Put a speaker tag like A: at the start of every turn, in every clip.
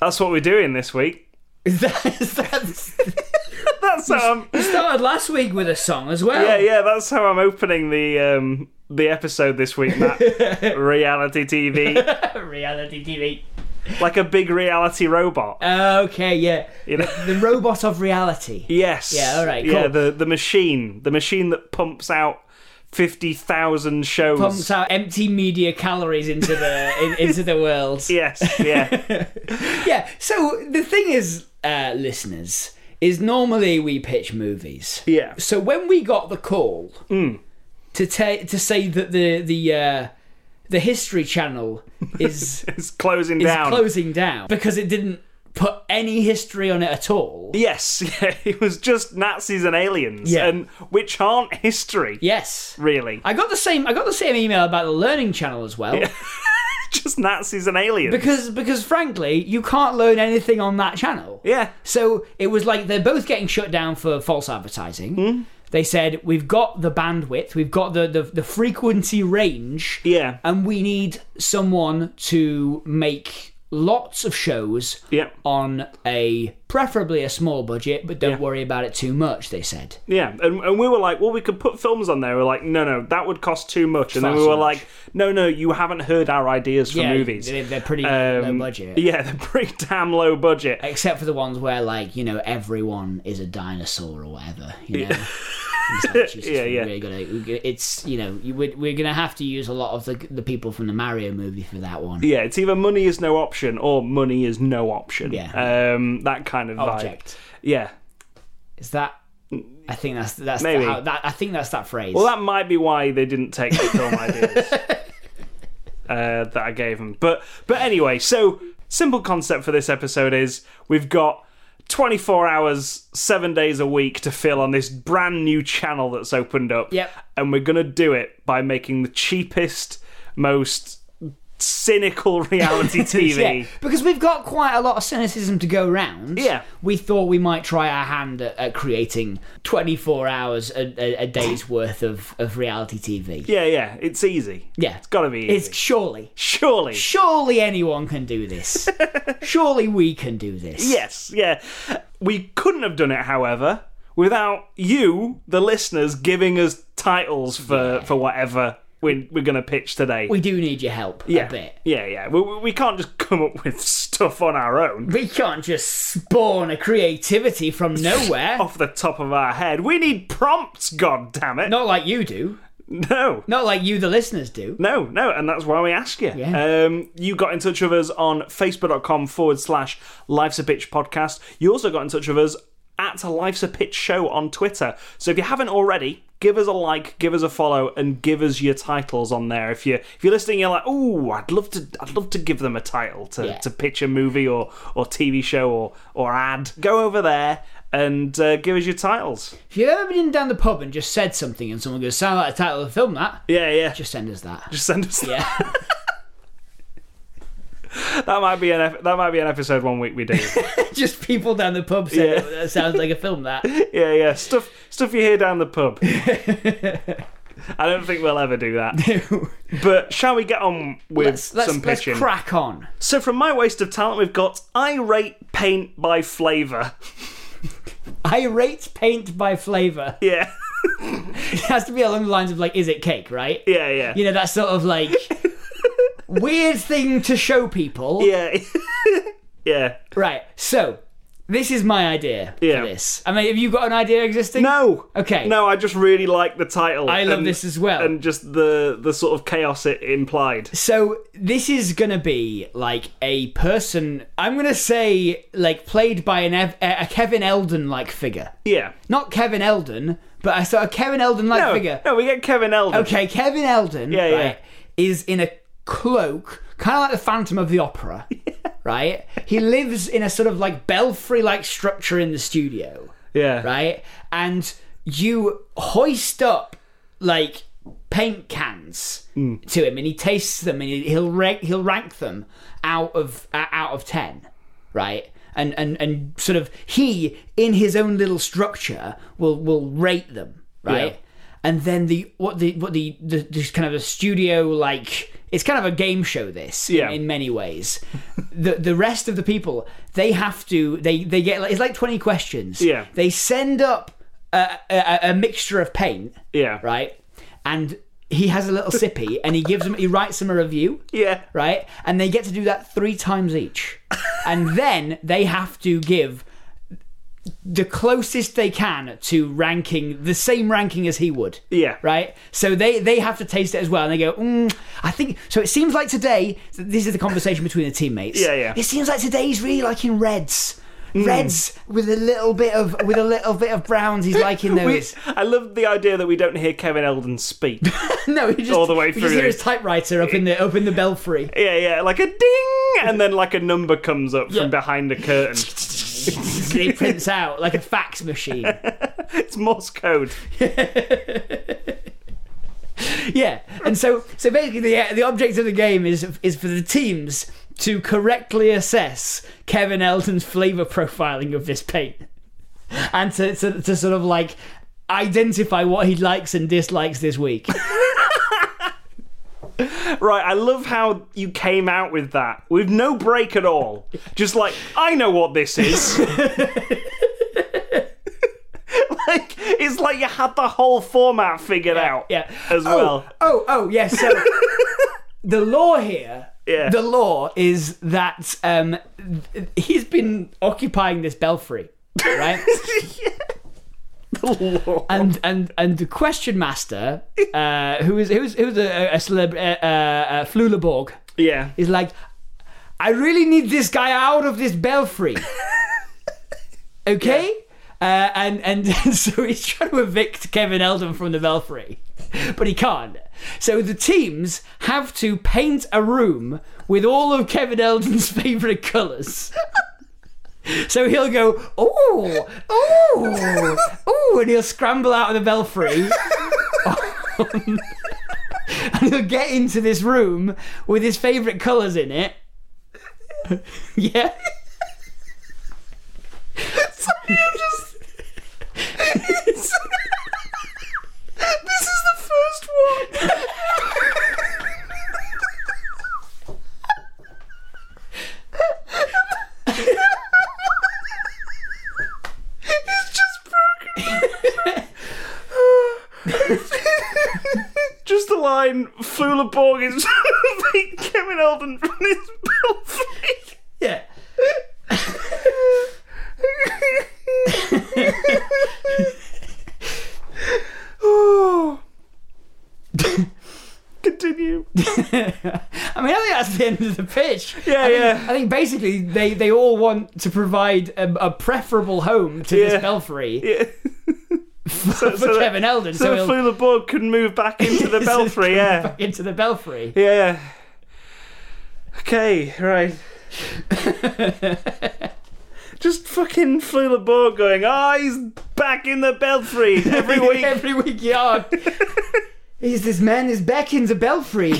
A: That's what we're doing this week.
B: Is that, is that
A: That's how I'm,
B: you started last week with a song as well?
A: yeah, yeah, that's how I'm opening the um, the episode this week, Matt. reality TV,
B: Reality TV.
A: like a big reality robot.
B: Uh, Okay, yeah.
A: You know?
B: The robot of reality.
A: Yes.
B: Yeah, all right,
A: Yeah,
B: cool.
A: the the machine, the machine that pumps out fifty thousand shows.
B: Pumps out empty media calories into the in, into the world.
A: Yes. Yeah.
B: Yeah, So the thing is, uh, listeners, is normally we pitch movies.
A: Yeah.
B: So when we got the call
A: Hmm.
B: to ta- to say that the the uh, the History Channel is
A: it's closing
B: is
A: down.
B: closing down because it didn't put any history on it at all.
A: yes. Yeah. It was just Nazis and aliens,
B: Yeah.
A: and which aren't history.
B: Yes.
A: Really.
B: I got the same I got the same email about the learning channel as well.
A: just Nazis and aliens.
B: Because because frankly, you can't learn anything on that channel.
A: yeah.
B: So it was like they're both getting shut down for false advertising.
A: Hmm.
B: They said, We've got the bandwidth, we've got the, the, the frequency range
A: Yeah.
B: and we need someone to make lots of shows
A: Yeah.
B: on a preferably a small budget, but don't worry about it too much, they said.
A: Yeah, and, and we were like, well, we could put films on there. We were like, no, no, that would cost too much. And then
B: Far
A: we
B: too
A: were
B: much.
A: like, no, no, you haven't heard our ideas for
B: Yeah,
A: movies. Um,
B: they- they're pretty low budget.
A: Yeah, they're pretty damn low budget.
B: except for the ones where like you know everyone is a dinosaur or whatever you know It's like, Jesus,
A: Yeah,
B: we
A: yeah.
B: really gotta- we gotta- it's you know you, we're, we're gonna have to use a lot of the, the people from the mario movie for that one
A: Yeah, it's either money is no option or money is no option.
B: Yeah.
A: um, that kind of
B: object
A: vibe. Yeah,
B: is that i think that's that's
A: Maybe.
B: how, that i think that's that phrase
A: well, that might be why they didn't take the film ideas uh, that I gave them. But but anyway, so simple concept for this episode is we've got. 24 hours, seven days a week to fill on this brand new channel that's opened up.
B: Yep.
A: And we're going to do it by making the cheapest, most cynical reality TV.
B: Yeah, because we've got quite a lot of cynicism to go round.
A: Yeah.
B: we thought we might try our hand at, at creating 24 hours a, a, a day's worth of, of reality TV.
A: yeah, yeah. It's easy.
B: Yeah,
A: It's got to be easy.
B: it's surely
A: Surely.
B: surely anyone can do this. surely we can do this.
A: Yes, yeah. We couldn't have done it, however, without you, the listeners, giving us titles for, for whatever we're, we're going to pitch today.
B: We do need your help
A: yeah.
B: a bit.
A: Yeah, yeah. We, we we can't just come up with stuff on our own
B: We can't just spawn a creativity from nowhere.
A: off the top of our head. We need prompts, god damn it.
B: Not like you do.
A: No.
B: Not like you, the listeners, do.
A: No, no, and that's why we ask you.
B: Yeah.
A: Um, you got in touch with us on facebook.com forward slash Life's a Bitch podcast. You also got in touch with us at Life's a Pitch show on Twitter. So if you haven't already, give us a like, give us a follow, and give us your titles on there. If you if you're listening, you're like, oh, I'd love to I'd love to give them a title to,
B: Yeah.
A: to pitch a movie or or TV show or or ad. Go over there and uh, give us your titles.
B: If you've ever been down the pub and just said something and someone goes, sound like a title of the film, that,
A: Yeah, yeah. Just,
B: just send us that.
A: send us
B: Yeah.
A: that might be an ep- that might be an episode one week we do.
B: just people down the pub saying
A: Yeah.
B: "Oh, that sounds like a film that
A: Yeah, yeah, stuff stuff you hear down the pub. I don't think we'll ever do that. But shall we get on with
B: let's, let's,
A: some
B: let's
A: pitching?
B: crack on
A: so from my waste of talent, we've got I rate paint by flavour.
B: i rate paint by flavor
A: Yeah,
B: it has to be along the lines of like is it cake right
A: yeah, yeah,
B: you know that sort of like weird thing to show people
A: yeah, yeah.
B: right so this is my idea
A: Yeah.
B: for this i mean have you got an idea existing
A: No,
B: okay
A: no. I just really like the title.
B: i love
A: and-
B: this as well
A: and just the the sort of chaos it implied.
B: So this is gonna be like a person. I'm gonna say like played by an Ev- a Kevin Eldon like figure,
A: Yeah.
B: not Kevin Eldon, but I saw a Kevin Eldon like
A: No,
B: figure.
A: no, we get Kevin Eldon.
B: Okay, Kevin Eldon,
A: Yeah, yeah.
B: right, is in a cloak, kind of like the Phantom of the Opera, right? He lives in a sort of like belfry like structure in the studio,
A: Yeah.
B: right? And you hoist up like paint cans
A: Mm.
B: to him, and he tastes them, and he- he'll rank, he'll rank them out of uh, out of ten, right? And and and sort of he in his own little structure will will rate them, right? And then the what the what the the just kind of a studio like it's kind of a game show this in-
A: Yeah.
B: in many ways. the the rest of the people they have to they they get like, it's like twenty questions.
A: Yeah.
B: they send up a, a, a mixture of paint.
A: Yeah.
B: right. And he has a little sippy, and he gives them he writes them a review.
A: Yeah.
B: right. And they get to do that three times each, and then they have to give the closest they can to ranking the same ranking as he would
A: Yeah.
B: right? So they they have to taste it as well, and they go, mm, I think. So it seems like today, this is the conversation between the teammates.
A: Yeah, Hmm. yeah.
B: It seems like today he's really liking reds, reds with a little bit of with a little bit of browns. He's liking
A: We,
B: those.
A: I love the idea that we don't hear Kevin Eldon speak.
B: no, he just
A: All the way
B: we
A: through
B: Just hear
A: these.
B: his typewriter up in the up in the belfry.
A: yeah, yeah, like a ding, and then like a number comes up
B: Yeah.
A: from behind a curtain.
B: he prints out like a fax machine.
A: It's Morse code.
B: Yeah, and so so basically, the, the object of the game is is for the teams to correctly assess Kevin Elton's flavor profiling of this paint, and to to, to sort of like identify what he likes and dislikes this week.
A: Right, I love how you came out with that with no break at all. Just like, I know what this is. like, it's like you had the whole format figured out
B: Yeah.
A: as
B: oh,
A: well.
B: Oh, oh, yes. so the law here.
A: Yeah.
B: The law is that um, th- he's been occupying this belfry, right? and and and the question master, uh, who is who's who's a, a celeb, uh, uh, uh, Flulaborg,
A: Yeah.
B: is like, I really need this guy out of this belfry. okay? Uh, and, and so he's trying to evict Kevin Eldon from the belfry, but he can't. So the teams have to paint a room with all of Kevin Eldon's favourite colours. So he'll go, oh, oh, oh, and he'll scramble out of the belfry and he'll get into this room with his favourite colours in it. yeah.
A: This is the first one. Just the line, Fula Borg is Kevin Eldon from his belfry.
B: Yeah.
A: Continue.
B: I mean, I think that's the end of the pitch.
A: Yeah,
B: I think,
A: yeah.
B: I think basically they, they all want to provide a, a preferable home to
A: Yeah.
B: this belfry
A: Yeah. so,
B: for
A: that-
B: Kevin Eldon. So,
A: So,
B: he'll
A: Flula Borg can move back into the
B: So
A: belfry, yeah.
B: back into the belfry.
A: Yeah. Okay, right. Just fucking Flula Borg going, ah, he's back in the belfry every week.
B: Every week, yeah. Is this man is back in the belfry?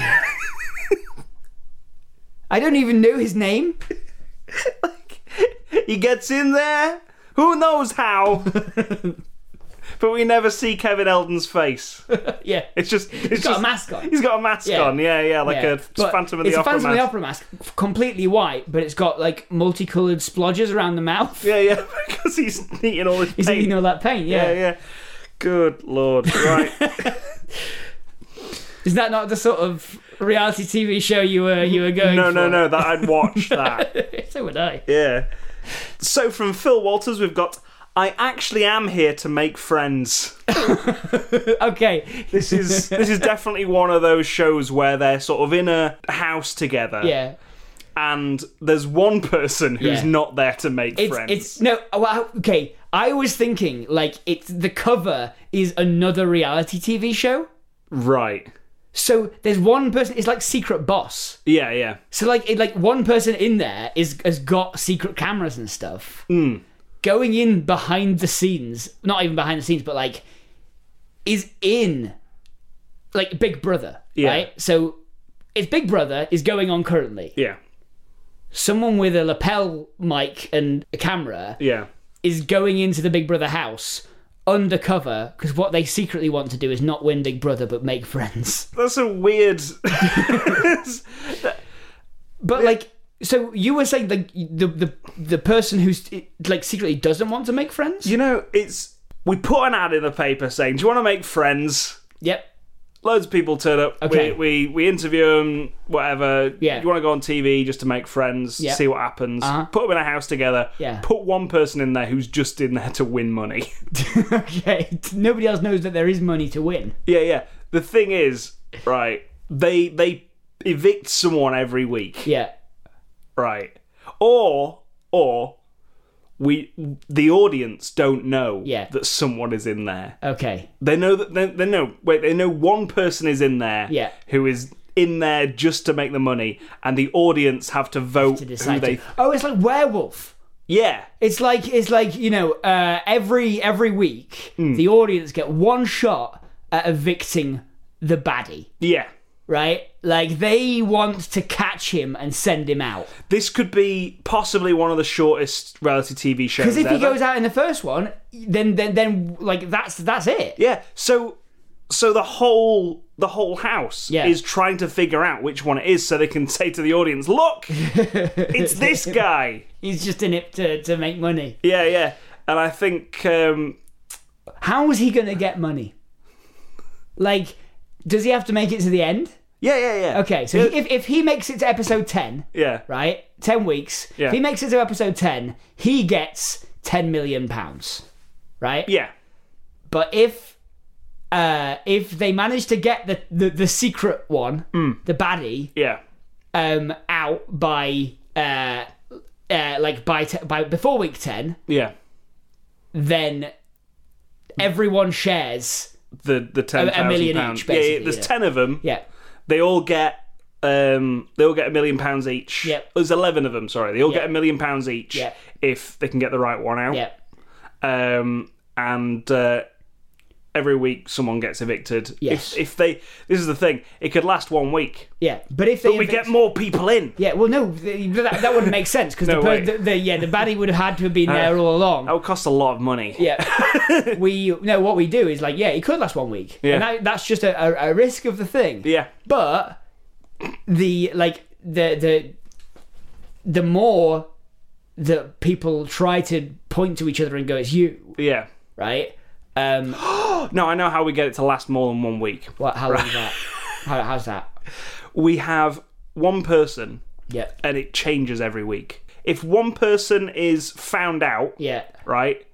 B: I don't even know his name.
A: he gets in there, who knows how? but we never see Kevin Eldon's face.
B: Yeah.
A: It's just. It's
B: He's got
A: just-
B: a mask on.
A: He's got a mask
B: Yeah.
A: on, yeah, yeah, like
B: Yeah.
A: a
B: But
A: Phantom of the
B: it's
A: Opera
B: a Phantom of the
A: mask.
B: Opera mask, f- completely white, but it's got like multicolored splodges around the mouth.
A: Yeah, yeah, because he's eating all his
B: Is
A: paint.
B: it, you know that paint?
A: yeah,
B: Yeah.
A: yeah. Good lord, right.
B: Is that not the sort of reality TV show you were you were going?
A: no,
B: for?
A: no, no, that I'd watch that.
B: so would I.
A: Yeah. So from Phil Walters, we've got I actually am here to make friends.
B: Okay.
A: This is this is definitely one of those shows where they're sort of in a house together,
B: Yeah.
A: and there's one person who's
B: Yeah.
A: not there to make
B: It's
A: friends.
B: it's no. Well, okay. I was thinking like it's the cover is another reality TV show.
A: Right.
B: So there's one person. It's like secret boss.
A: Yeah, yeah.
B: So like it, like one person in there is has got secret cameras and stuff.
A: Hmm.
B: Going in behind the scenes, not even behind the scenes, but like is in like Big Brother,
A: Yeah.
B: right? So it's Big Brother is going on currently.
A: Yeah.
B: Someone with a lapel mic and a camera
A: Yeah.
B: is going into the Big Brother house undercover because what they secretly want to do is not win Big Brother but make friends.
A: That's a weird.
B: But like, so you were saying like the the the person who's like secretly doesn't want to make friends.
A: you know, it's. We put an ad in the paper saying, Do you want to make friends?
B: Yep.
A: Loads of people turn up.
B: Okay.
A: We, we, we interview them, whatever.
B: Yeah.
A: You want to go on TV just to make friends,
B: Yeah. Uh-huh.
A: see what happens, put them in a house together,
B: Yeah.
A: put one person in there who's just in there to win money.
B: okay. Nobody else knows that there is money to win.
A: Yeah, yeah. The thing is, right? They they evict someone every week,
B: Yeah.
A: right? Or or we the audience don't know
B: Yeah.
A: that someone is in there.
B: Okay.
A: They know that they, they know wait they know one person is in there
B: Yeah.
A: who is in there just to make the money, and the audience have to vote
B: To
A: who
B: decide.
A: they
B: to- Oh, it's like werewolf.
A: yeah
B: It's like it's like you know uh, every every week
A: Hmm.
B: the audience get one shot at evicting the baddie,
A: yeah.
B: right? Like they want to catch him and send him out.
A: This could be possibly one of the shortest reality TV shows.
B: Because if he
A: ever.
B: goes out in the first one, then then then like that's that's it.
A: Yeah. So so the whole the whole house
B: Yeah.
A: is trying to figure out which one it is so they can say to the audience, "Look, it's this guy."
B: He's just in it to, to make money.
A: Yeah, yeah. And I think um
B: How is he going to get money? Like, does he have to make it to the end?
A: yeah, yeah, yeah.
B: Okay, so he- if, if he makes it to episode 10,
A: Yeah.
B: right? 10 weeks.
A: Yeah.
B: If he makes it to episode 10, he gets 10 million pounds, right?
A: Yeah.
B: But if uh, if they manage to get the, the, the secret one,
A: Mm.
B: the baddie,
A: Yeah.
B: um, out by uh, uh, like by te- by before week 10,
A: Yeah.
B: then everyone shares.
A: The the ten
B: a million
A: thousand pounds.
B: each,
A: Yeah, yeah,
B: basically,
A: there's
B: yeah.
A: ten of them.
B: Yeah.
A: They all get um they all get a million pounds each. Oh,
B: Yep.
A: There's eleven of them, sorry. They all
B: Yeah.
A: get a million pounds each
B: Yeah.
A: if they can get the right one out.
B: Yeah.
A: um, and uh, every week someone gets evicted.
B: Yes.
A: If, if they, this is the thing. It could last one week.
B: Yeah. But if they
A: We get more people in.
B: Yeah, well, no, th- that, that wouldn't make sense because
A: No
B: the, per-
A: way. Uh, oh.
B: the, the yeah the baddie would have had to have been there all along.
A: That would cost a lot of money.
B: Yeah, we no. What we do is like, yeah, it could last one week,
A: Yeah.
B: and that, that's just a, a, a risk of the thing.
A: Yeah.
B: But the like the the the more that people try to point to each other and go, "It's you,"
A: Yeah.
B: right? Um,
A: No, I know how we get it to last more than one week.
B: what? How long is that? How, how's that?
A: We have one person,
B: Yeah,
A: and it changes every week. If one person is found out,
B: yeah,
A: right,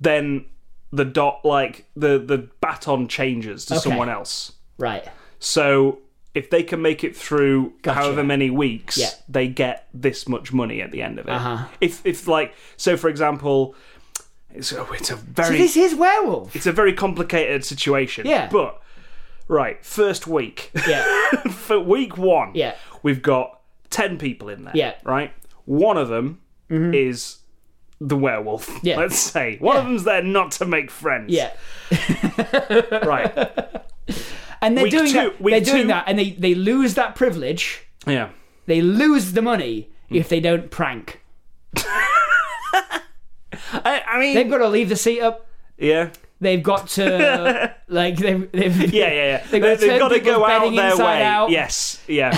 A: then the dot like the the baton changes to someone else.
B: right.
A: So if they can make it through however many weeks,
B: Yeah.
A: they get this much money at the end of it.
B: Uh-huh.
A: If if like so, for example, it's a, it's a very
B: This is werewolf.
A: it's a very complicated situation.
B: Yeah.
A: but right, first week
B: Yeah,
A: for week one,
B: Yeah.
A: we've got ten people in there.
B: Yeah.
A: right. One of them is the werewolf.
B: Yeah.
A: let's say one of
B: Yeah.
A: them's there not to make friends.
B: yeah.
A: right.
B: And they're
A: Week
B: doing
A: two-
B: that.
A: week
B: They're doing
A: two-
B: that, and they they lose that privilege.
A: Yeah.
B: They lose the money
A: Hmm.
B: if they don't prank.
A: I, I mean,
B: They've got to leave the seat up.
A: yeah.
B: They've got to like they've, they've
A: Yeah, yeah, yeah.
B: They've
A: They've,
B: got to turn
A: they've got to
B: people's
A: go out
B: bedding
A: their
B: inside
A: way.
B: out.
A: Yes, yeah.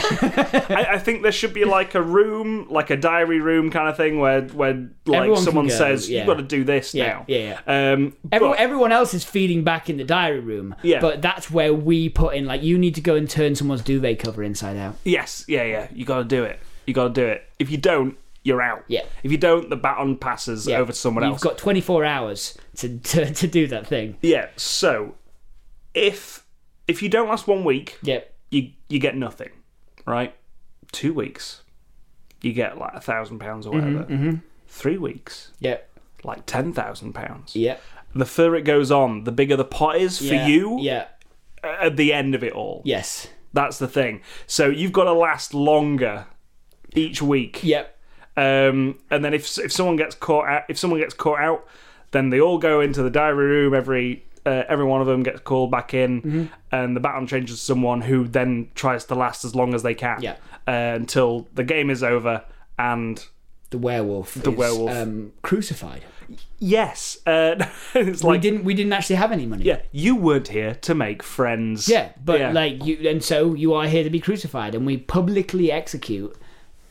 A: I, I think there should be like a room, like a diary room kind of thing, where where like
B: Everyone can
A: someone
B: go,
A: says
B: yeah.
A: you've got to do this
B: Yeah,
A: now.
B: yeah,
A: Um,
B: Everyone,
A: but-
B: everyone else is feeding back in the diary room,
A: Yeah.
B: but that's where we put in like you need to go and turn someone's duvet cover inside out.
A: yes, yeah, yeah. You got to do it. You got to do it. If you don't, you're out.
B: Yeah.
A: If you don't, the baton passes
B: Yeah.
A: over to someone
B: You've
A: else.
B: got 24 hours to, to to do that thing.
A: yeah. So if if you don't last one week,
B: Yep.
A: you you get nothing, right? Two weeks, you get like a thousand pounds or
B: Mm-hmm,
A: whatever. Three weeks.
B: Yep.
A: like ten thousand pounds.
B: Yep.
A: The further it goes on, the bigger the pot is for
B: Yeah.
A: you
B: Yeah.
A: at the end of it all.
B: Yes.
A: That's the thing. So you've got to last longer each week.
B: Yep.
A: Um, and then if if someone gets caught out, if someone gets caught out, then they all go into the diary room. Every uh, every one of them gets called back in,
B: Mm-hmm.
A: and the baton changes to someone who then tries to last as long as they can
B: Yeah.
A: uh, until the game is over. And
B: The werewolf. The
A: werewolf.
B: Um, crucified.
A: yes, uh, it's like
B: we didn't. We didn't actually have any money.
A: yeah, you weren't here to make friends.
B: Yeah, but like you, and so you are here to be crucified, and we publicly execute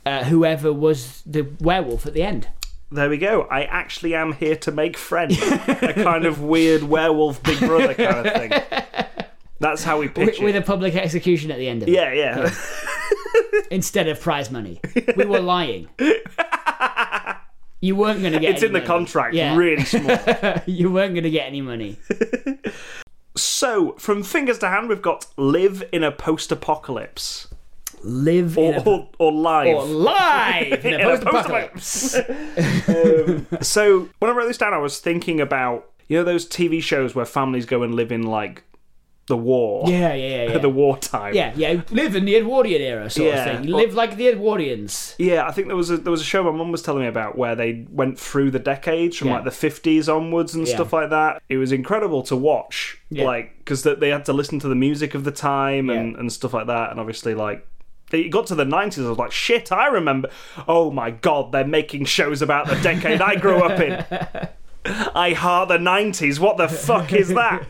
B: uh, whoever was the werewolf at the end.
A: there we go. I actually am here to make friends. a kind of weird werewolf Big Brother kind of thing. That's how we pitch
B: With,
A: it.
B: with a public execution at the end of
A: yeah, yeah.
B: it, instead of prize money. We were lying. You weren't going to get
A: it's
B: any
A: in the
B: money.
A: contract.
B: Yeah.
A: Really small.
B: You weren't going to get any money.
A: so, from fingers to hand, we've got live in a post-apocalypse
B: Live
A: or
B: in a,
A: or, or live.
B: or live in a
A: Oh. In a
B: post-apocalypse.
A: so, when I wrote this down, I was thinking about you know those TV shows where families go and live in like the war,
B: Yeah, yeah, yeah. Yeah.
A: the wartime.
B: yeah, yeah. Live in the Edwardian era, sort
A: Yeah.
B: of thing. Live like the Edwardians.
A: Yeah, I think there was a there was a show my mum was telling me about where they went through the decades from
B: Yeah.
A: like the fifties onwards and stuff like that. It was incredible to watch, Like 'cause like because they had to listen to the music of the time and, and stuff like that. And obviously, like it got to the nineties, I was like, shit, I remember. Oh my god, they're making shows about the decade I grew up in. I heart the nineties. What the fuck is that?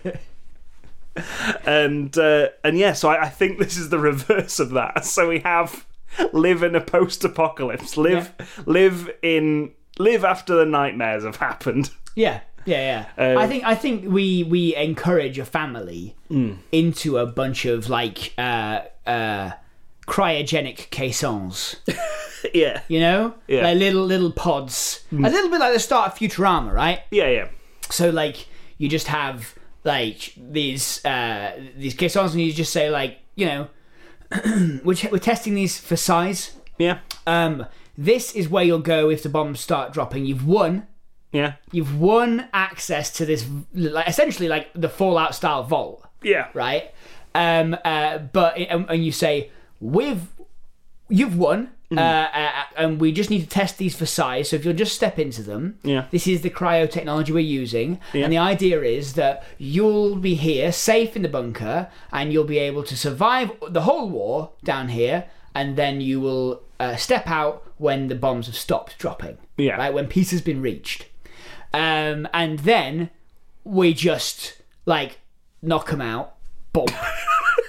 A: and uh, and yeah, so I, I think this is the reverse of that. So we have live in a post-apocalypse, live live in live after the nightmares have happened.
B: Yeah, yeah,
A: Um,
B: yeah. I think I think we we encourage a family
A: mm.
B: into a bunch of like uh, uh, cryogenic caissons.
A: Yeah,
B: You know,
A: Yeah. Mm.
B: like little little pods, a little bit like the start of Futurama, right?
A: yeah, yeah.
B: So like you just have like these uh, these caissons, and you just say like you know. we're, ch- we're testing these for size.
A: Yeah,
B: Um, this is where you'll go if the bombs start dropping. You've won.
A: yeah,
B: You've won access to this, like, essentially like the Fallout style vault,
A: yeah.
B: right? Um, uh, but and, and you say we've you've won, uh, uh, and we just need to test these for size. So if you'll just step into them,
A: Yeah.
B: This is the cryo technology we're using, and the idea is that you'll be here, safe in the bunker, and you'll be able to survive the whole war down here, and then you will uh, step out when the bombs have stopped dropping,
A: Yeah.
B: right? When peace has been reached, um, and then we just like knock them out, boom,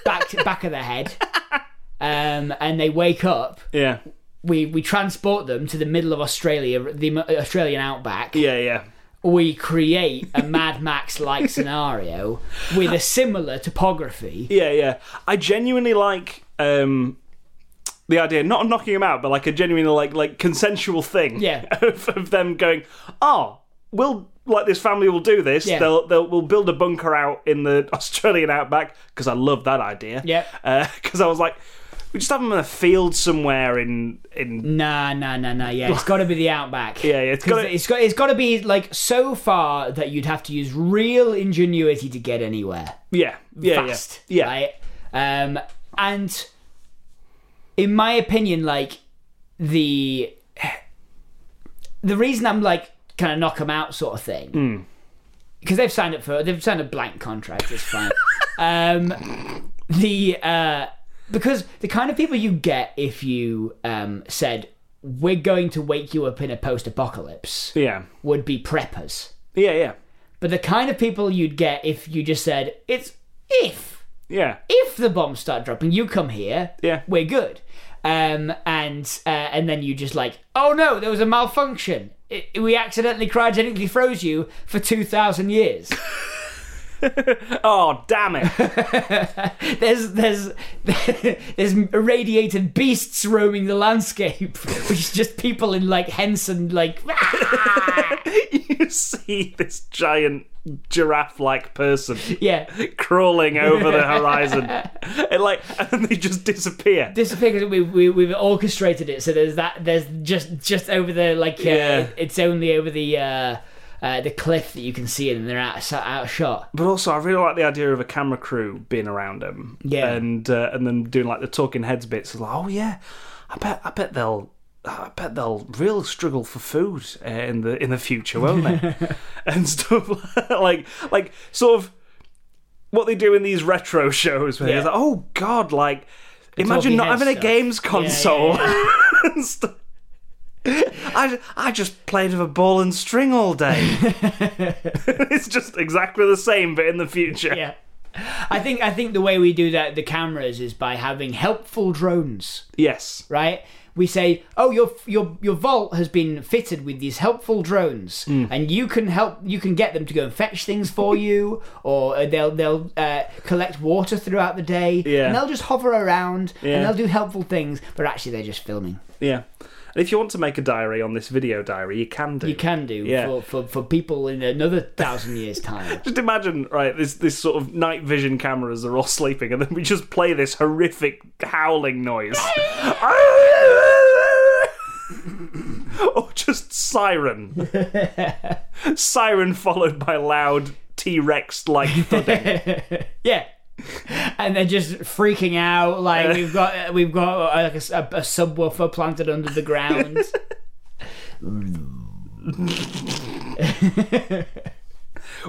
B: back back of the head. Um, and they wake up.
A: Yeah,
B: We we transport them to the middle of Australia, the m- Australian outback.
A: yeah, yeah.
B: We create a Mad Max like scenario with a similar topography.
A: Yeah, yeah. I genuinely like um the idea, not of knocking him out, but like a genuine like like consensual thing.
B: Yeah.
A: Of, of them going, oh, we'll like this family will do this.
B: Yeah.
A: They'll they'll we'll build a bunker out in the Australian outback because I love that idea.
B: Yeah.
A: Because I was like, we just have them in a field somewhere in
B: Mm,
A: in
B: Nah, nah, nah, nah. Yeah, it's got to be the outback.
A: Yeah, yeah, it's
B: 'Cause
A: gotta-
B: it's got it's got to be like so far that you'd have to use real ingenuity to get anywhere.
A: yeah yeah
B: fast.
A: yeah yeah
B: Right? Um, and in my opinion, like the the reason I'm like kind of knock them out sort of thing
A: Hmm.
B: because they've signed up for they've signed a blank contract. It's fine. um, the uh, because the kind of people you get if you um, said we're going to wake you up in a post-apocalypse
A: yeah
B: would be preppers.
A: yeah yeah
B: But the kind of people you'd get if you just said it's if
A: yeah
B: if the bombs start dropping, you come here.
A: Yeah.
B: we're good. Um, and uh, and then you just like, oh no, there was a malfunction. It, we accidentally cryogenically froze you for two thousand years.
A: oh damn it
B: There's there's there's irradiated beasts roaming the landscape, which is just people in like Henson like.
A: you see this giant giraffe like person
B: Yeah,
A: crawling over the horizon. and like and then they just disappear.
B: disappear because we, we we've orchestrated it. So there's that. There's just just over the like. Uh,
A: Yeah.
B: It's only over the. Uh, uh, the cliff that you can see it, and they're out of, si- out of shot.
A: But also, I really like the idea of a camera crew being around them.
B: Yeah.
A: and uh, and then doing like the talking heads bits. It's Like, oh yeah, I bet I bet they'll. I bet they'll real struggle for food uh, in the in the future, won't they? and stuff like like sort of what they do in these retro shows. Where it's
B: Yeah.
A: like, oh god, like imagine
B: talking
A: not
B: head
A: having a
B: stuff.
A: games
B: yeah,
A: console. and stuff. I, I just played with a ball and string all day. it's just exactly the same, but in the future.
B: Yeah. I think I think the way we do that the cameras is by having helpful drones,
A: Yes.
B: right? We say, "Oh, your your your vault has been fitted with these helpful drones,
A: Hmm.
B: and you can help. You can get them to go and fetch things for you, or uh, they'll they'll uh, collect water throughout the day,
A: Yeah.
B: and they'll just hover around
A: Yeah.
B: and they'll do helpful things. But actually, they're just filming.
A: Yeah. And if you want to make a diary on this video diary, you can do.
B: You can do
A: Yeah.
B: for, for for people in another thousand years time.
A: Just imagine, right, this this sort of night vision cameras they are all sleeping, and then we just play this horrific howling noise. or just siren. siren followed by loud T Rex like thudding.
B: Yeah. And they're just freaking out. Like we've got we've got uh, like a, s- a- a subwoofer planted under the ground.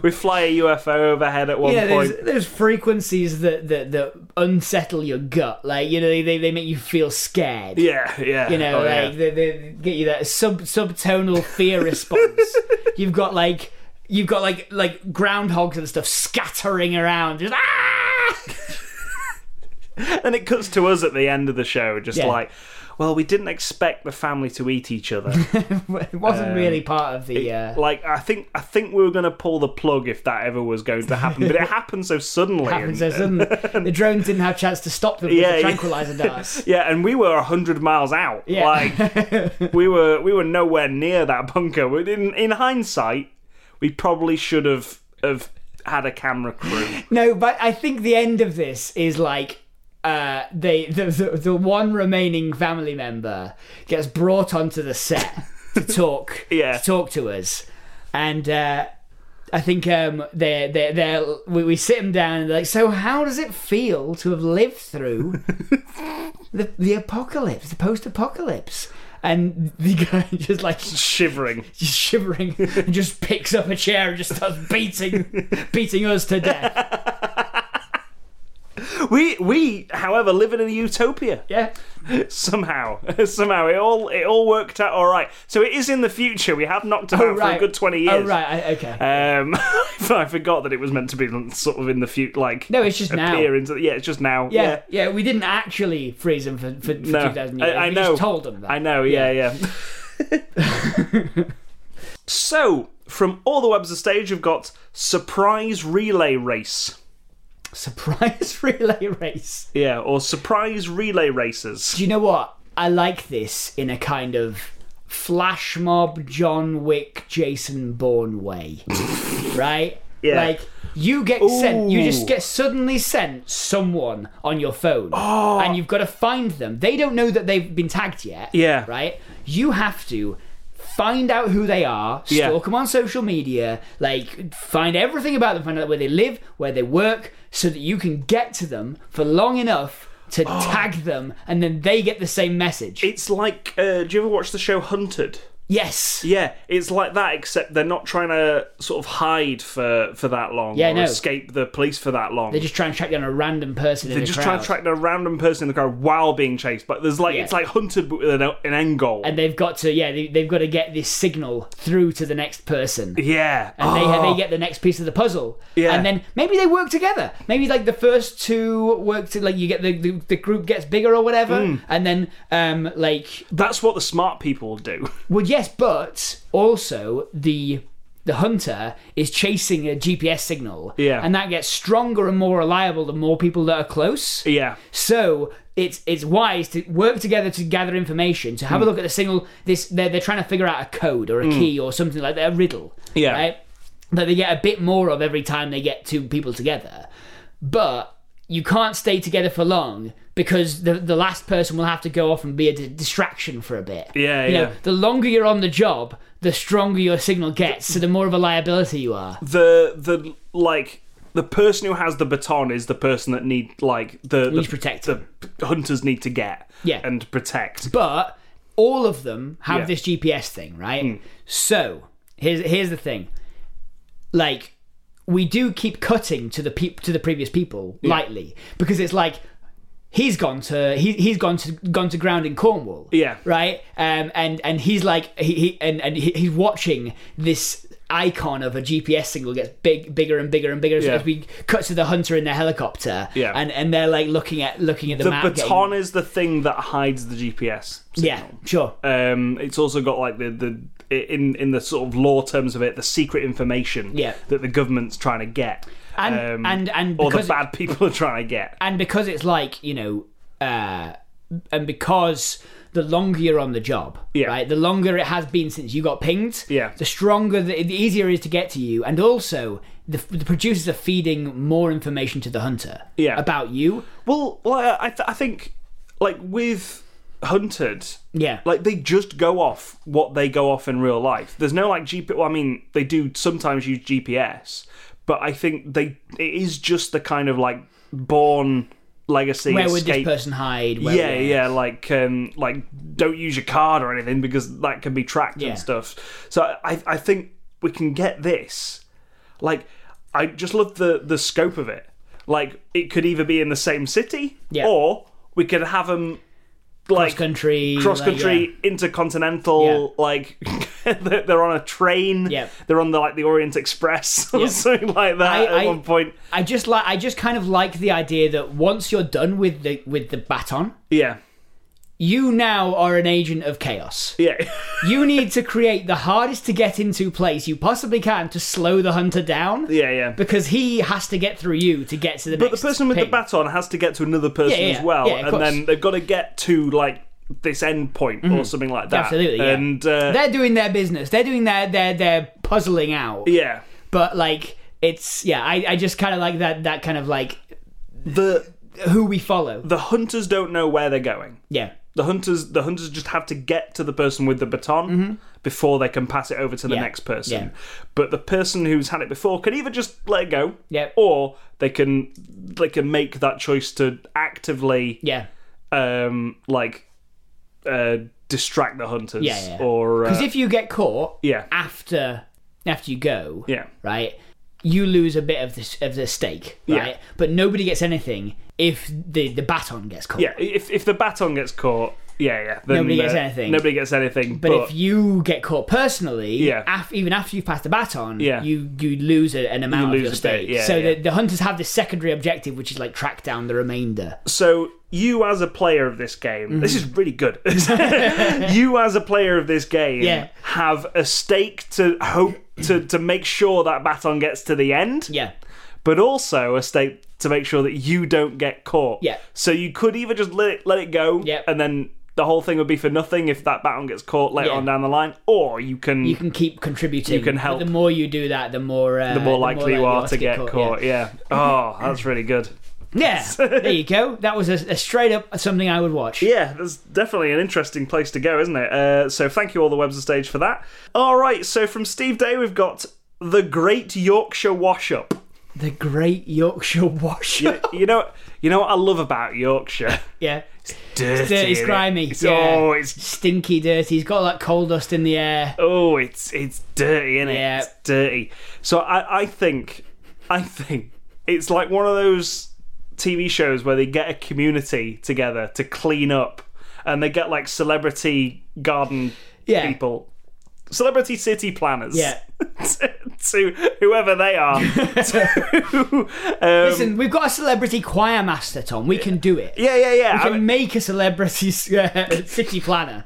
A: we fly a UFO overhead at one
B: yeah,
A: point.
B: there's, there's frequencies that, that that unsettle your gut. Like you know, they they, they make you feel scared.
A: Yeah, yeah.
B: You know,
A: Oh, yeah.
B: like they, they get you that sub subtonal fear response. You've got like you've got like like groundhogs and stuff scattering around. Just ah.
A: And it cuts to us at the end of the show, just
B: Yeah.
A: like, well, we didn't expect the family to eat each other.
B: it wasn't
A: Um,
B: really part of the. uh,
A: like, I think, I think we were going to pull the plug if that ever was going to happen, but it happened so suddenly.
B: happened so
A: and-
B: suddenly. the drones didn't have a chance to stop them
A: Yeah,
B: with
A: yeah.
B: the tranquilizer darts.
A: yeah, and we were hundred miles out.
B: Yeah.
A: Like, we were, we were nowhere near that bunker. We didn't. In hindsight, we probably should have have had a camera crew.
B: no, but I think the end of this is like uh, they the, the the one remaining family member gets brought onto the set to talk
A: Yeah.
B: to talk to us, and. Uh, I think um, they they they we, we sit them down and they're like, so how does it feel to have lived through the the apocalypse, the post apocalypse? And the guy just like
A: Shivering.
B: just shivering and just picks up a chair and just starts beating beating us to death.
A: We we, however, live in a utopia.
B: Yeah.
A: somehow somehow it all it all worked out all right so it is in the future we have knocked it out for a good 20 years
B: Oh right, I, okay.
A: um i forgot that it was meant to be sort of in the future like
B: no, it's just now.
A: appear
B: Yeah,
A: into yeah it's just now
B: yeah, we didn't actually freeze them for, for, for
A: No,
B: 2000
A: I-
B: years.
A: I
B: we
A: know.
B: just told them that.
A: i know yeah yeah, so from all the webs of stage we've got surprise relay race
B: Surprise relay race.
A: yeah or surprise relay races
B: Do you know what? I like this in a kind of flash mob John Wick Jason Bourne way. right?
A: Yeah.
B: Like you get sent you
A: Ooh.
B: just get suddenly sent someone on your phone
A: Oh.
B: and you've got to find them. They don't know that they've been tagged yet.
A: Yeah.
B: Right? You have to find out who they are, stalk
A: Yeah.
B: them on social media, like find everything about them, find out where they live, where they work, so that you can get to them for long enough to
A: Oh.
B: tag them and then they get the same message.
A: it's like uh, do you ever watch the show hunted
B: yes.
A: Yeah, it's like that, except they're not trying to sort of hide for for that long
B: Yeah,
A: or
B: no.
A: escape the police for that long.
B: They just try and track down a random person in
A: They
B: the
A: just
B: crowd.
A: try to track down a random person in the crowd while being chased. But there's like
B: Yeah.
A: it's like hunted but with an, an end goal.
B: and they've got to yeah they, they've got to get this signal through to the next person
A: yeah,
B: and they,
A: Oh,
B: they get the next piece of the puzzle
A: Yeah.
B: and then maybe they work together maybe like the first two work to like you get the, the, the group gets bigger or whatever
A: Mm.
B: and then um like
A: that's what the smart people do.
B: well yes but also the the hunter is chasing a gps signal
A: Yeah.
B: and that gets stronger and more reliable the more people that are close
A: yeah,
B: so it's it's wise to work together to gather information, to have
A: Hmm.
B: a look at the signal. This they're they're trying to figure out a code or a key or something like that, a riddle.
A: Yeah.
B: Right? That they get a bit more of every time they get two people together. But you can't stay together for long because the the last person will have to go off and be a d- distraction for a bit.
A: Yeah,
B: you
A: yeah.
B: Know, the longer you're on the job, the stronger your signal gets, so the more of a liability you are.
A: the the like the person who has the baton is the person that need like the the,
B: to protect
A: the hunters need to get
B: Yeah.
A: and protect.
B: But all of them have
A: Yeah. Mm.
B: this GPS thing, right? So here's here's the thing. Like we do keep cutting to the peop to the previous people lightly because it's like he's gone to he, he's gone to gone to ground in Cornwall.
A: Yeah.
B: Right. Um. And and he's like he, he and and he, he's watching this icon of a GPS signal gets big bigger and bigger and bigger as-
A: Yeah.
B: as we cut to the hunter in their helicopter.
A: Yeah.
B: And and they're like looking at looking at the,
A: The
B: map. getting-
A: baton is the thing that hides the GPS.
B: Yeah. Sure.
A: Um, it's also got like the the in in the sort of law terms of it, the secret information
B: Yeah.
A: that the government's trying to get, um,
B: And- and- and
A: or the
B: because-
A: bad people are trying to get.
B: and because it's like you know uh and because the longer you're on the job
A: Yeah.
B: right the longer it has been since you got pinged
A: Yeah.
B: the stronger the, the easier it is to get to you and also the, the producers are feeding more information to the hunter
A: Yeah.
B: about you
A: Well, like, I th- I think like with hunted.
B: yeah
A: Like they just go off what they go off in real life. There's no like GPS. Well, I mean, they do sometimes use GPS, but I think they it is just the kind of like born legacy
B: where would this
A: escape
B: person hide Where
A: yeah,
B: would-
A: yeah, like um, like don't use your card or anything because that can be tracked
B: Yeah.
A: and stuff. So I I think we can get this. Like I just love the the scope of it. Like it could either be in the same city
B: Yeah.
A: or we could have them
B: cross
A: like
B: country
A: cross
B: like,
A: country,
B: yeah.
A: intercontinental, like they're they're on a train.
B: Yeah.
A: They're on the like the Orient Express or something like that
B: I-
A: at
B: I-
A: one point.
B: I just like I just kind of like the idea that once you're done with the with the baton,
A: Yeah.
B: you now are an agent of chaos.
A: Yeah.
B: You need to create the hardest to get into place you possibly can to slow the hunter down.
A: yeah, yeah.
B: Because he has to get through you to get to the
A: But the
B: next
A: person with the
B: ping.
A: baton has to get to another person
B: Yeah, yeah,
A: as well,
B: yeah, of
A: and
B: course. Mm-hmm.
A: then they've got to get to like this end point or something like that.
B: Absolutely, yeah.
A: And uh,
B: They're doing their business. They're doing their their their puzzling out.
A: yeah,
B: But like it's yeah, I, I just kinda like that that kind of like
A: the
B: who we follow.
A: the hunters don't know where they're going.
B: yeah.
A: The hunters the hunters just have to get to the person with the baton before they can pass it over to the
B: Mm-hmm. Yeah,
A: next person.
B: yeah.
A: But the person who's had it before can either just let it go,
B: Yep.
A: or they can they can make that choice to actively
B: Yeah.
A: um like uh distract the hunters
B: Yeah, yeah, yeah.
A: or uh,
B: Because if you get caught
A: yeah
B: after after you go,
A: yeah
B: right? You lose a bit of this of the stake, right?
A: Yeah.
B: But nobody gets anything if the the baton gets caught.
A: Yeah, if if the baton gets caught, yeah, yeah, then
B: Nobody gets
A: uh,
B: anything.
A: Nobody gets anything. But,
B: But, if you get caught personally,
A: Yeah.
B: af- even after you've passed the baton,
A: Yeah.
B: you you lose a, an amount
A: lose
B: of
A: a
B: your
A: bit,
B: stake.
A: yeah,
B: so
A: yeah.
B: The, the hunters have this secondary objective, which is like track down the remainder.
A: so you as a player of this game, this is really good. you as a player of this game
B: Mm-hmm. Yeah.
A: have a stake to hope to to make sure that baton gets to the end,
B: Yeah,
A: but also a stake to make sure that you don't get caught.
B: Yeah.
A: So you could either just let it let it go,
B: Yeah.
A: and then. The whole thing would be for nothing if that baton gets caught later
B: Yeah.
A: on down the line, or you can,
B: you can keep contributing. You
A: can help.
B: The more you do that, the more uh,
A: the more likely you are to get caught.
B: Yeah.
A: yeah. Oh, that's really good.
B: Yeah, there you go. That was a, a straight up something I would watch.
A: Yeah, that's definitely an interesting place to go, isn't it? Uh, so thank you, all the webs of stage, for that. All right, so from Steve Day, we've got the Great Yorkshire Wash Up.
B: The Great Yorkshire Wash. Yeah,
A: You know, you know what I love about Yorkshire. Dirty,
B: dirty,
A: innit?
B: grimy.
A: It's,
B: yeah.
A: Oh, it's
B: stinky, dirty. He's got like coal dust in the air.
A: oh, it's it's dirty, innit?
B: Yeah.
A: It's dirty. So I, I think, I think it's like one of those TV shows where they get a community together to clean up, and they get like celebrity garden
B: Yeah.
A: people, celebrity city planners.
B: Yeah.
A: to whoever they are. to, um,
B: Listen, we've got a celebrity choir master, Tom. We can do it.
A: yeah, yeah, yeah. I
B: can
A: mean,
B: make a celebrity s- uh, city planner.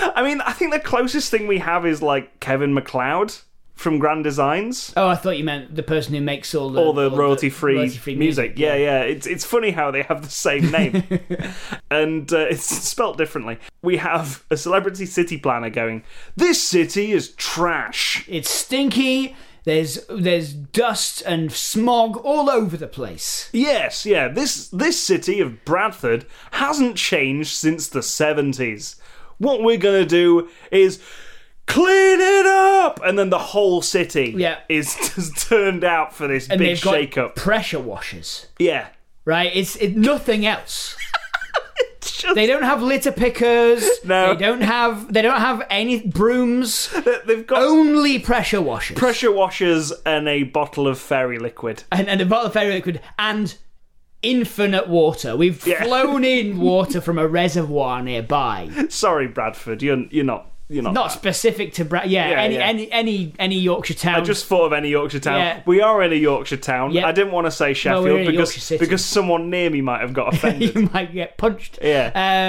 A: I mean, I think the closest thing we have is like Kevin McLeod from Grand Designs.
B: Oh, I thought you meant the person who makes all Oh, the
A: All the royalty free
B: royalty-free
A: music. Yeah, yeah. It's it's funny how they have the same name. and uh, it's spelt differently. We have a celebrity city planner going, This city is trash.
B: It's stinky. There's there's dust and smog all over the place.
A: Yes, yeah. This this city of Bradford hasn't changed since the 70s. What we're going to do is clean it up and then the whole city
B: Yeah.
A: is just turned out for this
B: And
A: big
B: they've got
A: shake up.
B: pressure washers,
A: Yeah.
B: right? It's it, nothing else.
A: It's just-
B: They don't have litter pickers.
A: No.
B: They don't have they don't have any brooms.
A: They've got
B: Only pressure washers.
A: pressure washers and a bottle of fairy liquid.
B: and, and a bottle of fairy liquid and infinite water. We've
A: Yeah.
B: flown in water from a reservoir nearby.
A: Sorry, Bradford, you're you're not you're not.
B: Not specific to Bra- yeah,
A: Uh, Yeah,
B: any,
A: yeah.
B: any any any Yorkshire town.
A: I just thought of any Yorkshire town.
B: Yeah.
A: We are in a Yorkshire town.
B: Yeah.
A: I didn't want to say Sheffield
B: we're in a Yorkshire
A: because
B: city.
A: because someone near me might have got offended.
B: you might get punched.
A: Yeah.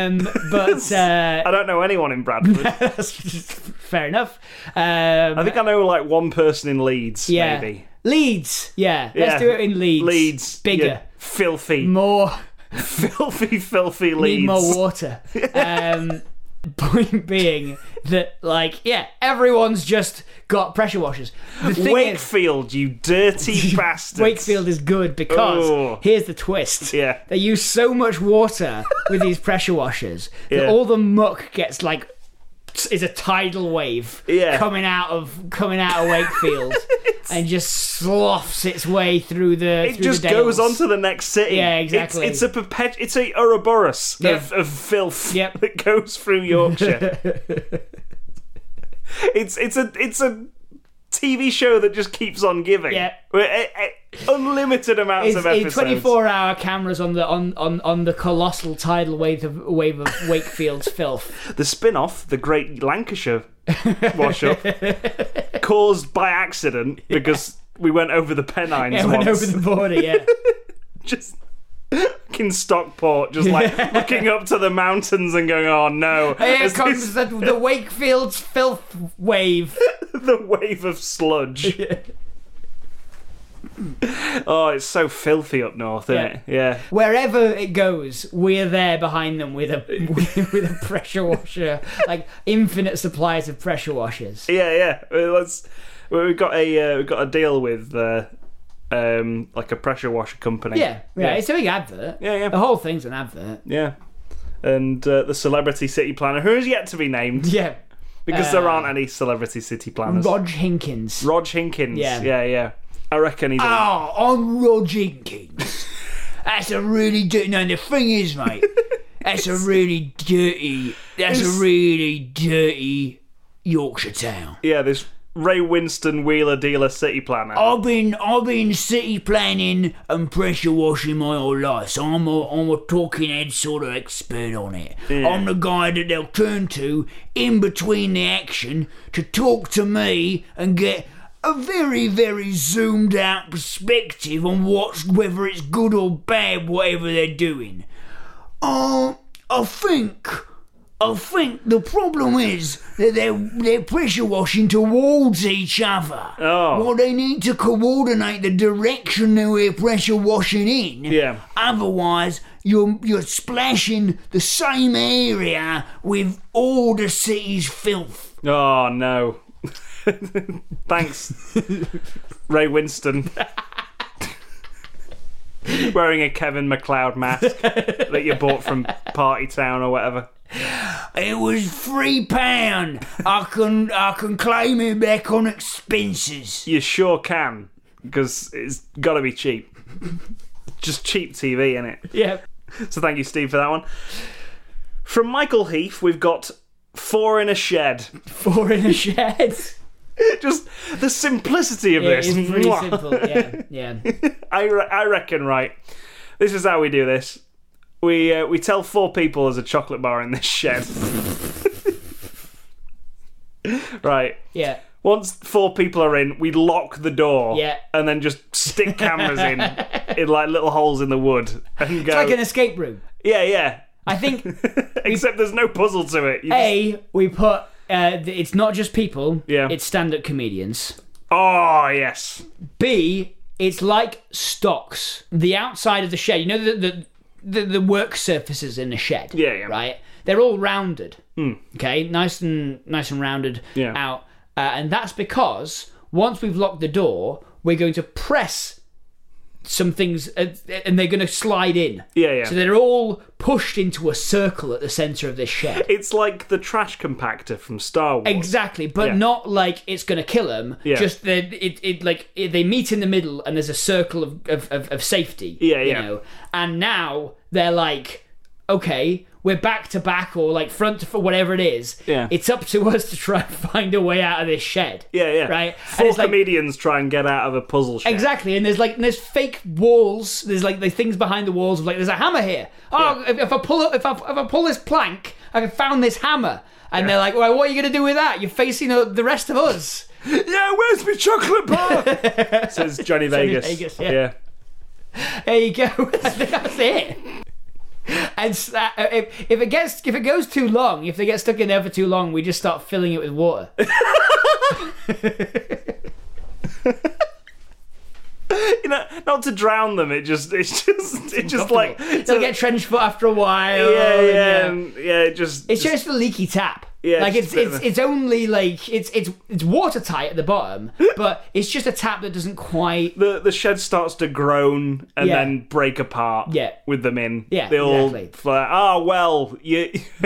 B: Um, but
A: I
B: uh,
A: don't know anyone in Bradford.
B: that's just fair enough. Um,
A: I think I know like one person in Leeds,
B: yeah.
A: maybe.
B: Leeds. Yeah.
A: Yeah.
B: Let's do it in Leeds.
A: Leeds.
B: Bigger.
A: yeah, filthy.
B: More.
A: filthy, filthy Leeds.
B: Need more water. um, point being that, like, yeah, everyone's just got pressure washers. The thing is,
A: Wakefield, you dirty bastard.
B: Wakefield is good because
A: Oh.
B: here's the twist.
A: Yeah.
B: They use so much water with these pressure washers that
A: Yeah.
B: all the muck gets like is a tidal wave
A: Yeah.
B: coming out of coming out of Wakefield and just sloughs its way through the
A: It just goes on to the next city.
B: Yeah,
A: It's-
B: exactly.
A: It's, a perpet- It's a Ouroboros
B: Yeah.
A: of, of filth
B: Yep.
A: that goes through Yorkshire. it's it's a it's a TV show that just keeps on giving.
B: Yeah.
A: We're- eh, eh, unlimited amounts
B: it's,
A: of episodes.
B: twenty four hour cameras on the on, on, on the colossal tidal wave of wave of Wakefield's filth.
A: The spin-off, the Great Lancashire wash-up, caused by accident because we went over the Pennines
B: It
A: once.
B: went over the border, yeah.
A: just in Stockport, just like looking up to the mountains and going, "Oh no!"
B: Here
A: is this
B: comes the, the Wakefield's filth wave.
A: the wave of sludge. oh, it's so filthy up north, isn't it? Yeah.
B: wherever it goes, we're there behind them with a with, with a pressure washer, like infinite supplies of pressure washers.
A: Yeah, yeah. Well, Let's. well, We've got a uh, we've got a deal with uh, um, like a pressure washer company.
B: Yeah, yeah, it's a big advert.
A: Yeah, yeah.
B: The whole thing's an advert.
A: yeah. And uh, the celebrity city planner, who is yet to be named,
B: Yeah,
A: because there
B: Uh,
A: aren't any celebrity city planners.
B: Rog Hinkins.
A: Rog Hinkins.
B: Yeah.
A: yeah, yeah. I reckon he's. a-
B: Oh, I'm Rog Hinkins. That's a really dirty. No, the thing is, mate, that's a really dirty. That's
A: It's-
B: a really dirty Yorkshire town.
A: Yeah, this Ray Winston Wheeler Dealer City Planner.
B: I've been I've been city planning and pressure washing my whole life, so I'm a I'm a talking head sort of expert on it. I'm the guy that they'll turn to in between the action to talk to me and get a very very zoomed out perspective on what's whether it's good or bad whatever they're doing. Uh, I think I think the problem is that they're they're pressure washing towards each other.
A: Oh.
B: Well, they need to coordinate the direction that we're pressure washing in.
A: Yeah.
B: Otherwise, you're you're splashing the same area with all the city's filth.
A: Oh, no. Thanks, Ray Winston. Wearing a Kevin McLeod mask that you bought from Party Town or whatever.
B: It was three pound. I can I can claim it back on expenses.
A: You sure can, because it's got to be cheap. Just cheap TV, innit?
B: Yeah.
A: So thank you, Steve, for that one. From Michael Heath, we've got Four in a Shed.
B: Four in a shed.
A: Just the simplicity of this.
B: It's pretty
A: Mwah.
B: simple. Yeah. Yeah.
A: I, re- I reckon, right? This is how we do this. We uh, we tell four people there's a chocolate bar in this shed. right.
B: Yeah.
A: Once four people are in, we lock the door.
B: Yeah.
A: And then just stick cameras in, in like little holes in the wood, and go.
B: Like an escape room.
A: yeah, yeah.
B: I think
A: Except there's no puzzle to it. You just-
B: A, we put. Uh, th- it's not just people.
A: Yeah.
B: It's stand-up comedians.
A: oh yes.
B: B, it's like stocks. The outside of the shed. You know the the the, the work surfaces in the shed.
A: Yeah, yeah. Hmm.
B: Right. They're all rounded. Okay. Nice and nice and rounded
A: Yeah.
B: out. Uh, and that's because Once we've locked the door, we're going to press some things uh, and they're going to slide in.
A: Yeah, yeah.
B: So they're all pushed into a circle at the center of this shed.
A: It's like the trash compactor from Star Wars.
B: Exactly, but
A: Yeah.
B: not like it's going to kill them.
A: Yeah.
B: Just they it, it like it, they meet in the middle, and there's a circle of of, of, of safety.
A: Yeah,
B: you
A: yeah.
B: Know? And now they're like, okay, we're back to back or like front to for whatever it is.
A: Yeah.
B: It's up to us to try and find a way out of this shed.
A: yeah, yeah.
B: Right.
A: Four comedians try and get out of a puzzle shed.
B: Exactly, and there's like there's fake walls. There's like there's things behind the walls of like there's a hammer here. Oh, if, if I pull up, if I if I pull this plank, I found this hammer. And they're like, well, what are you gonna do with that? You're facing uh, the rest of us.
A: Yeah, where's my chocolate bar? Says Johnny Vegas.
B: Vegas, yeah.
A: yeah.
B: There you go. I think That's it. And s- uh, if, if it gets if it goes too long, if they get stuck in there for too long, we just start filling it with water.
A: You know, not to drown them. It just, it's just, it just like.
B: They'll get trench foot after a while.
A: yeah,
B: and,
A: yeah, and- yeah. It just.
B: It's just a leaky tap.
A: Yeah,
B: like
A: it's just
B: it's
A: a bit
B: it's,
A: of a-
B: it's only like it's it's it's watertight at the bottom, but it's just a tap that doesn't quite.
A: the the shed starts to groan and
B: Yeah.
A: then break apart.
B: Yeah.
A: with them in.
B: Yeah,
A: they all
B: exactly.
A: fly- Ah, well, you,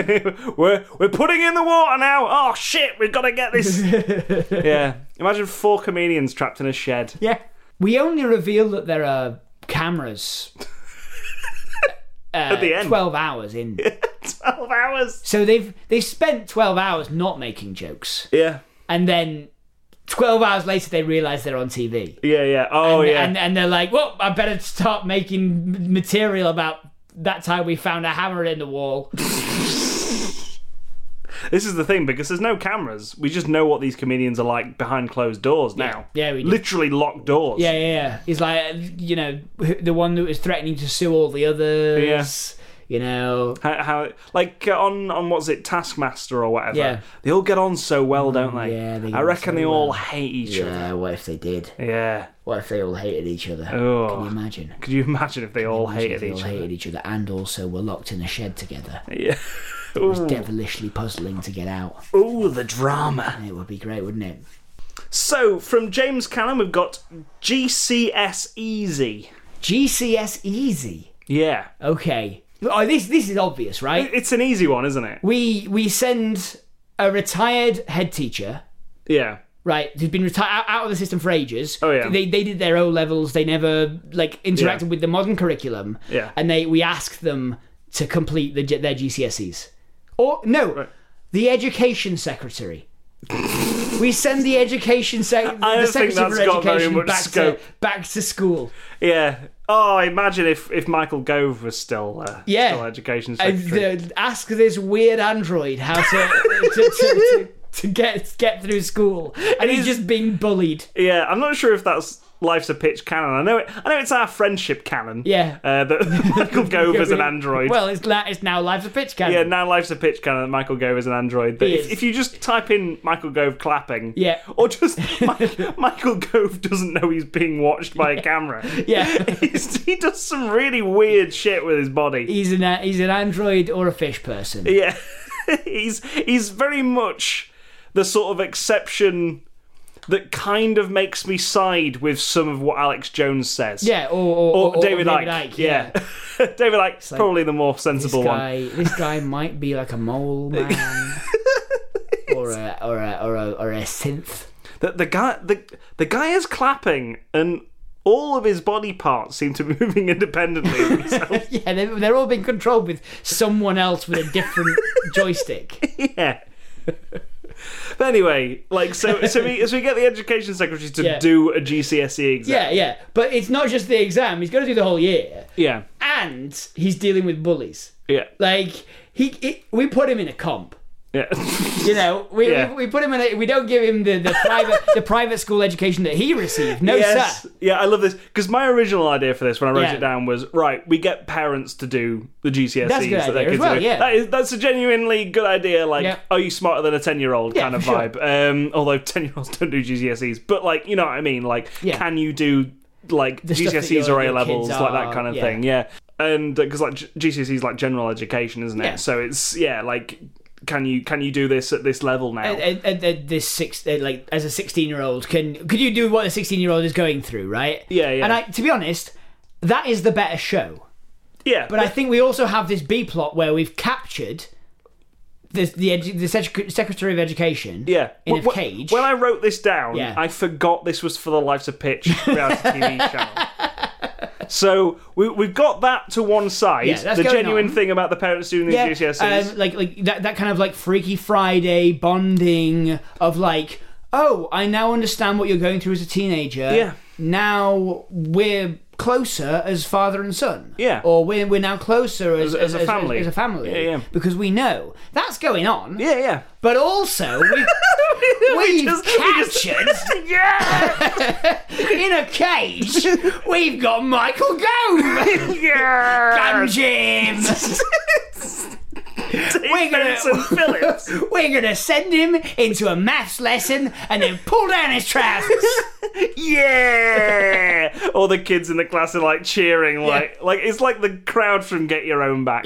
A: we're we're putting in the water now. Oh shit, we've got to get this. yeah, imagine four comedians trapped in a shed.
B: Yeah, we only reveal that there are cameras. uh,
A: At the end,
B: Twelve hours in,
A: twelve hours.
B: so they've they spent twelve hours not making jokes,
A: Yeah,
B: and then twelve hours later they realise they're on TV.
A: yeah, yeah. Oh yeah.
B: and, and they're like, well, I better start making m- material about that time we found a hammer in the wall.
A: This is the thing because there's no cameras. We just know what these comedians are like behind closed doors now.
B: Yeah, we do.
A: literally locked doors.
B: Yeah, yeah, yeah. He's like, you know, the one that was threatening to sue all the others. You know,
A: How, how like uh, on on what's it Taskmaster or whatever?
B: Yeah. Mm,
A: They all get on so well, don't they?
B: yeah, they get
A: I
B: on
A: reckon
B: so
A: they all
B: well.
A: hate each
B: yeah. Uh, What if they did?
A: other. Yeah.
B: What if they all hated each other?
A: Oh,
B: Can you imagine?
A: could you imagine if they all hated
B: They all
A: each other?
B: hated each other, and also were locked in a shed together.
A: Yeah.
B: It was devilishly puzzling to get out.
A: Ooh, the drama.
B: It would be great, wouldn't it?
A: So from James Cannon, we've got GCS Easy.
B: GCS easy.
A: Yeah.
B: Okay. Oh, this this is obvious, right?
A: It's an easy one, isn't it?
B: we we send a retired head teacher
A: Yeah.
B: right who's been retired out, out of the system for ages
A: Oh, yeah.
B: they, they did their o levels they never like interacted
A: Yeah.
B: with the modern curriculum
A: Yeah.
B: and they we ask them to complete the, G- their gcse's or no the education secretary we send the education sec-
A: I
B: the
A: don't think
B: secretary
A: that's
B: for
A: got very
B: education
A: much
B: back
A: scope.
B: to back to school
A: Yeah. Oh, imagine if, if Michael Gove was still uh,
B: Yeah.
A: still education
B: and
A: secretary.
B: the- ask this weird android how to to, to, to, to get get through school, and he's just being bullied.
A: Yeah, I'm not sure if that's life's a pitch canon. I know it. I know it's our friendship canon.
B: Yeah.
A: uh, that Michael Gove is an android.
B: Well, it's, la- it's now Lives a Pitch Cannon.
A: yeah, now life's a pitch canon. That Michael Gove is an android. That
B: He
A: if,
B: is.
A: if you just type in Michael Gove clapping,
B: Yeah.
A: or just Mi- Michael Gove doesn't know he's being watched by a camera.
B: Yeah.
A: He's, he does some really weird shit with his body.
B: He's an he's an android or a fish person.
A: Yeah, he's he's very much the sort of exception that kind of makes me side with some of what Alex Jones says.
B: Yeah, or, or,
A: or, David,
B: Ike.
A: Ike. Yeah, David Ike's probably the more
B: This
A: sensible one.
B: guy, this guy might be like a mole man, or a or a or a or a synth.
A: The, the guy, the the guy is clapping, and all of his body parts seem to be moving independently. of themselves.
B: Yeah, they're, they're all being controlled with someone else with a different joystick.
A: yeah. But anyway, like so, so we so we get the education secretary to
B: Yeah.
A: do a GCSE E exam.
B: Yeah, yeah, but it's not just the exam. He's got to do the whole year,
A: yeah,
B: and he's dealing with bullies.
A: yeah,
B: Like he, he we put him in a comp.
A: yeah.
B: You know, we,
A: Yeah.
B: we, we put him in. A, we don't give him the, the private the private school education that he received. No,
A: Yes.
B: sir.
A: Yeah, I love this because my original idea for this when I wrote
B: Yeah.
A: it down was right. We get parents to do the GCSEs
B: That's a good
A: that their
B: idea as
A: kids
B: well,
A: do.
B: yeah.
A: That is that's a genuinely good idea. Like,
B: Yeah.
A: are you smarter than a ten-year-old kind of
B: for sure.
A: vibe? Um, although ten-year-olds don't do GCSEs, but like you know what I mean. Like,
B: Yeah.
A: can you do like
B: stuff that
A: GCSEs
B: your-
A: or A
B: your
A: levels
B: kids
A: like that
B: are-
A: kind of
B: yeah.
A: uh, E thing? Yeah. And because like G- GCSEs like general education, isn't it?
B: Yeah.
A: So it's yeah like. can you can you do this at this level now?
B: and, and, and this six uh, like as a 16 year old can could you do what a 16 year old is going through right
A: Yeah, yeah.
B: and i to be honest that is the better show
A: yeah,
B: but i think we also have this b plot where we've captured the the, edu- the Sec- secretary of education
A: yeah.
B: in
A: Wh-
B: a
A: wh-
B: cage
A: When I wrote this down,
B: Yeah.
A: I forgot this was for the Life's a Pitch reality TV channel. So we, we've got that to one side.
B: Yeah, that's
A: the
B: going
A: genuine
B: on.
A: thing about the parents student
B: yeah,
A: GCSEs.
B: um, like like that, that kind of like Freaky Friday bonding of like, oh, I now understand what you're going through as a teenager.
A: Yeah.
B: Now we're closer as father and son.
A: Yeah.
B: Or we're we're now closer as,
A: As- as a family.
B: As, a family.
A: Yeah, yeah.
B: Because we know that's going on.
A: yeah, yeah.
B: But also we've, we've
A: just- we just-
B: captured
A: yeah,
B: in a cage. We've got Michael Gove.
A: yeah.
B: and Jim. We're gonna-
A: Benson Phillips.
B: We're gonna send him into a maths lesson and then pull down his trousers.
A: yeah! All the kids in the class are like cheering, like like it's like the crowd from Get Your Own Back,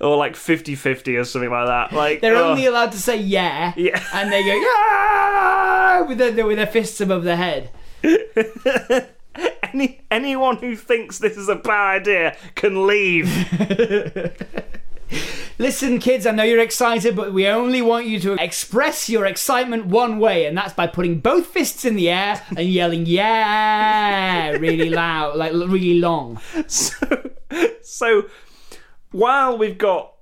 A: or like 50-50 or something like that. Like
B: They're
A: oh.
B: only allowed to say yeah.
A: Yeah.
B: And they go, yeah! With their, with their fists above their head.
A: any anyone who thinks this is a bad idea can leave.
B: Listen, kids, I know you're excited, but we only want you to express your excitement one way, and that's by putting both fists in the air and yelling, yeah! Really loud, like really long.
A: so, so while we've got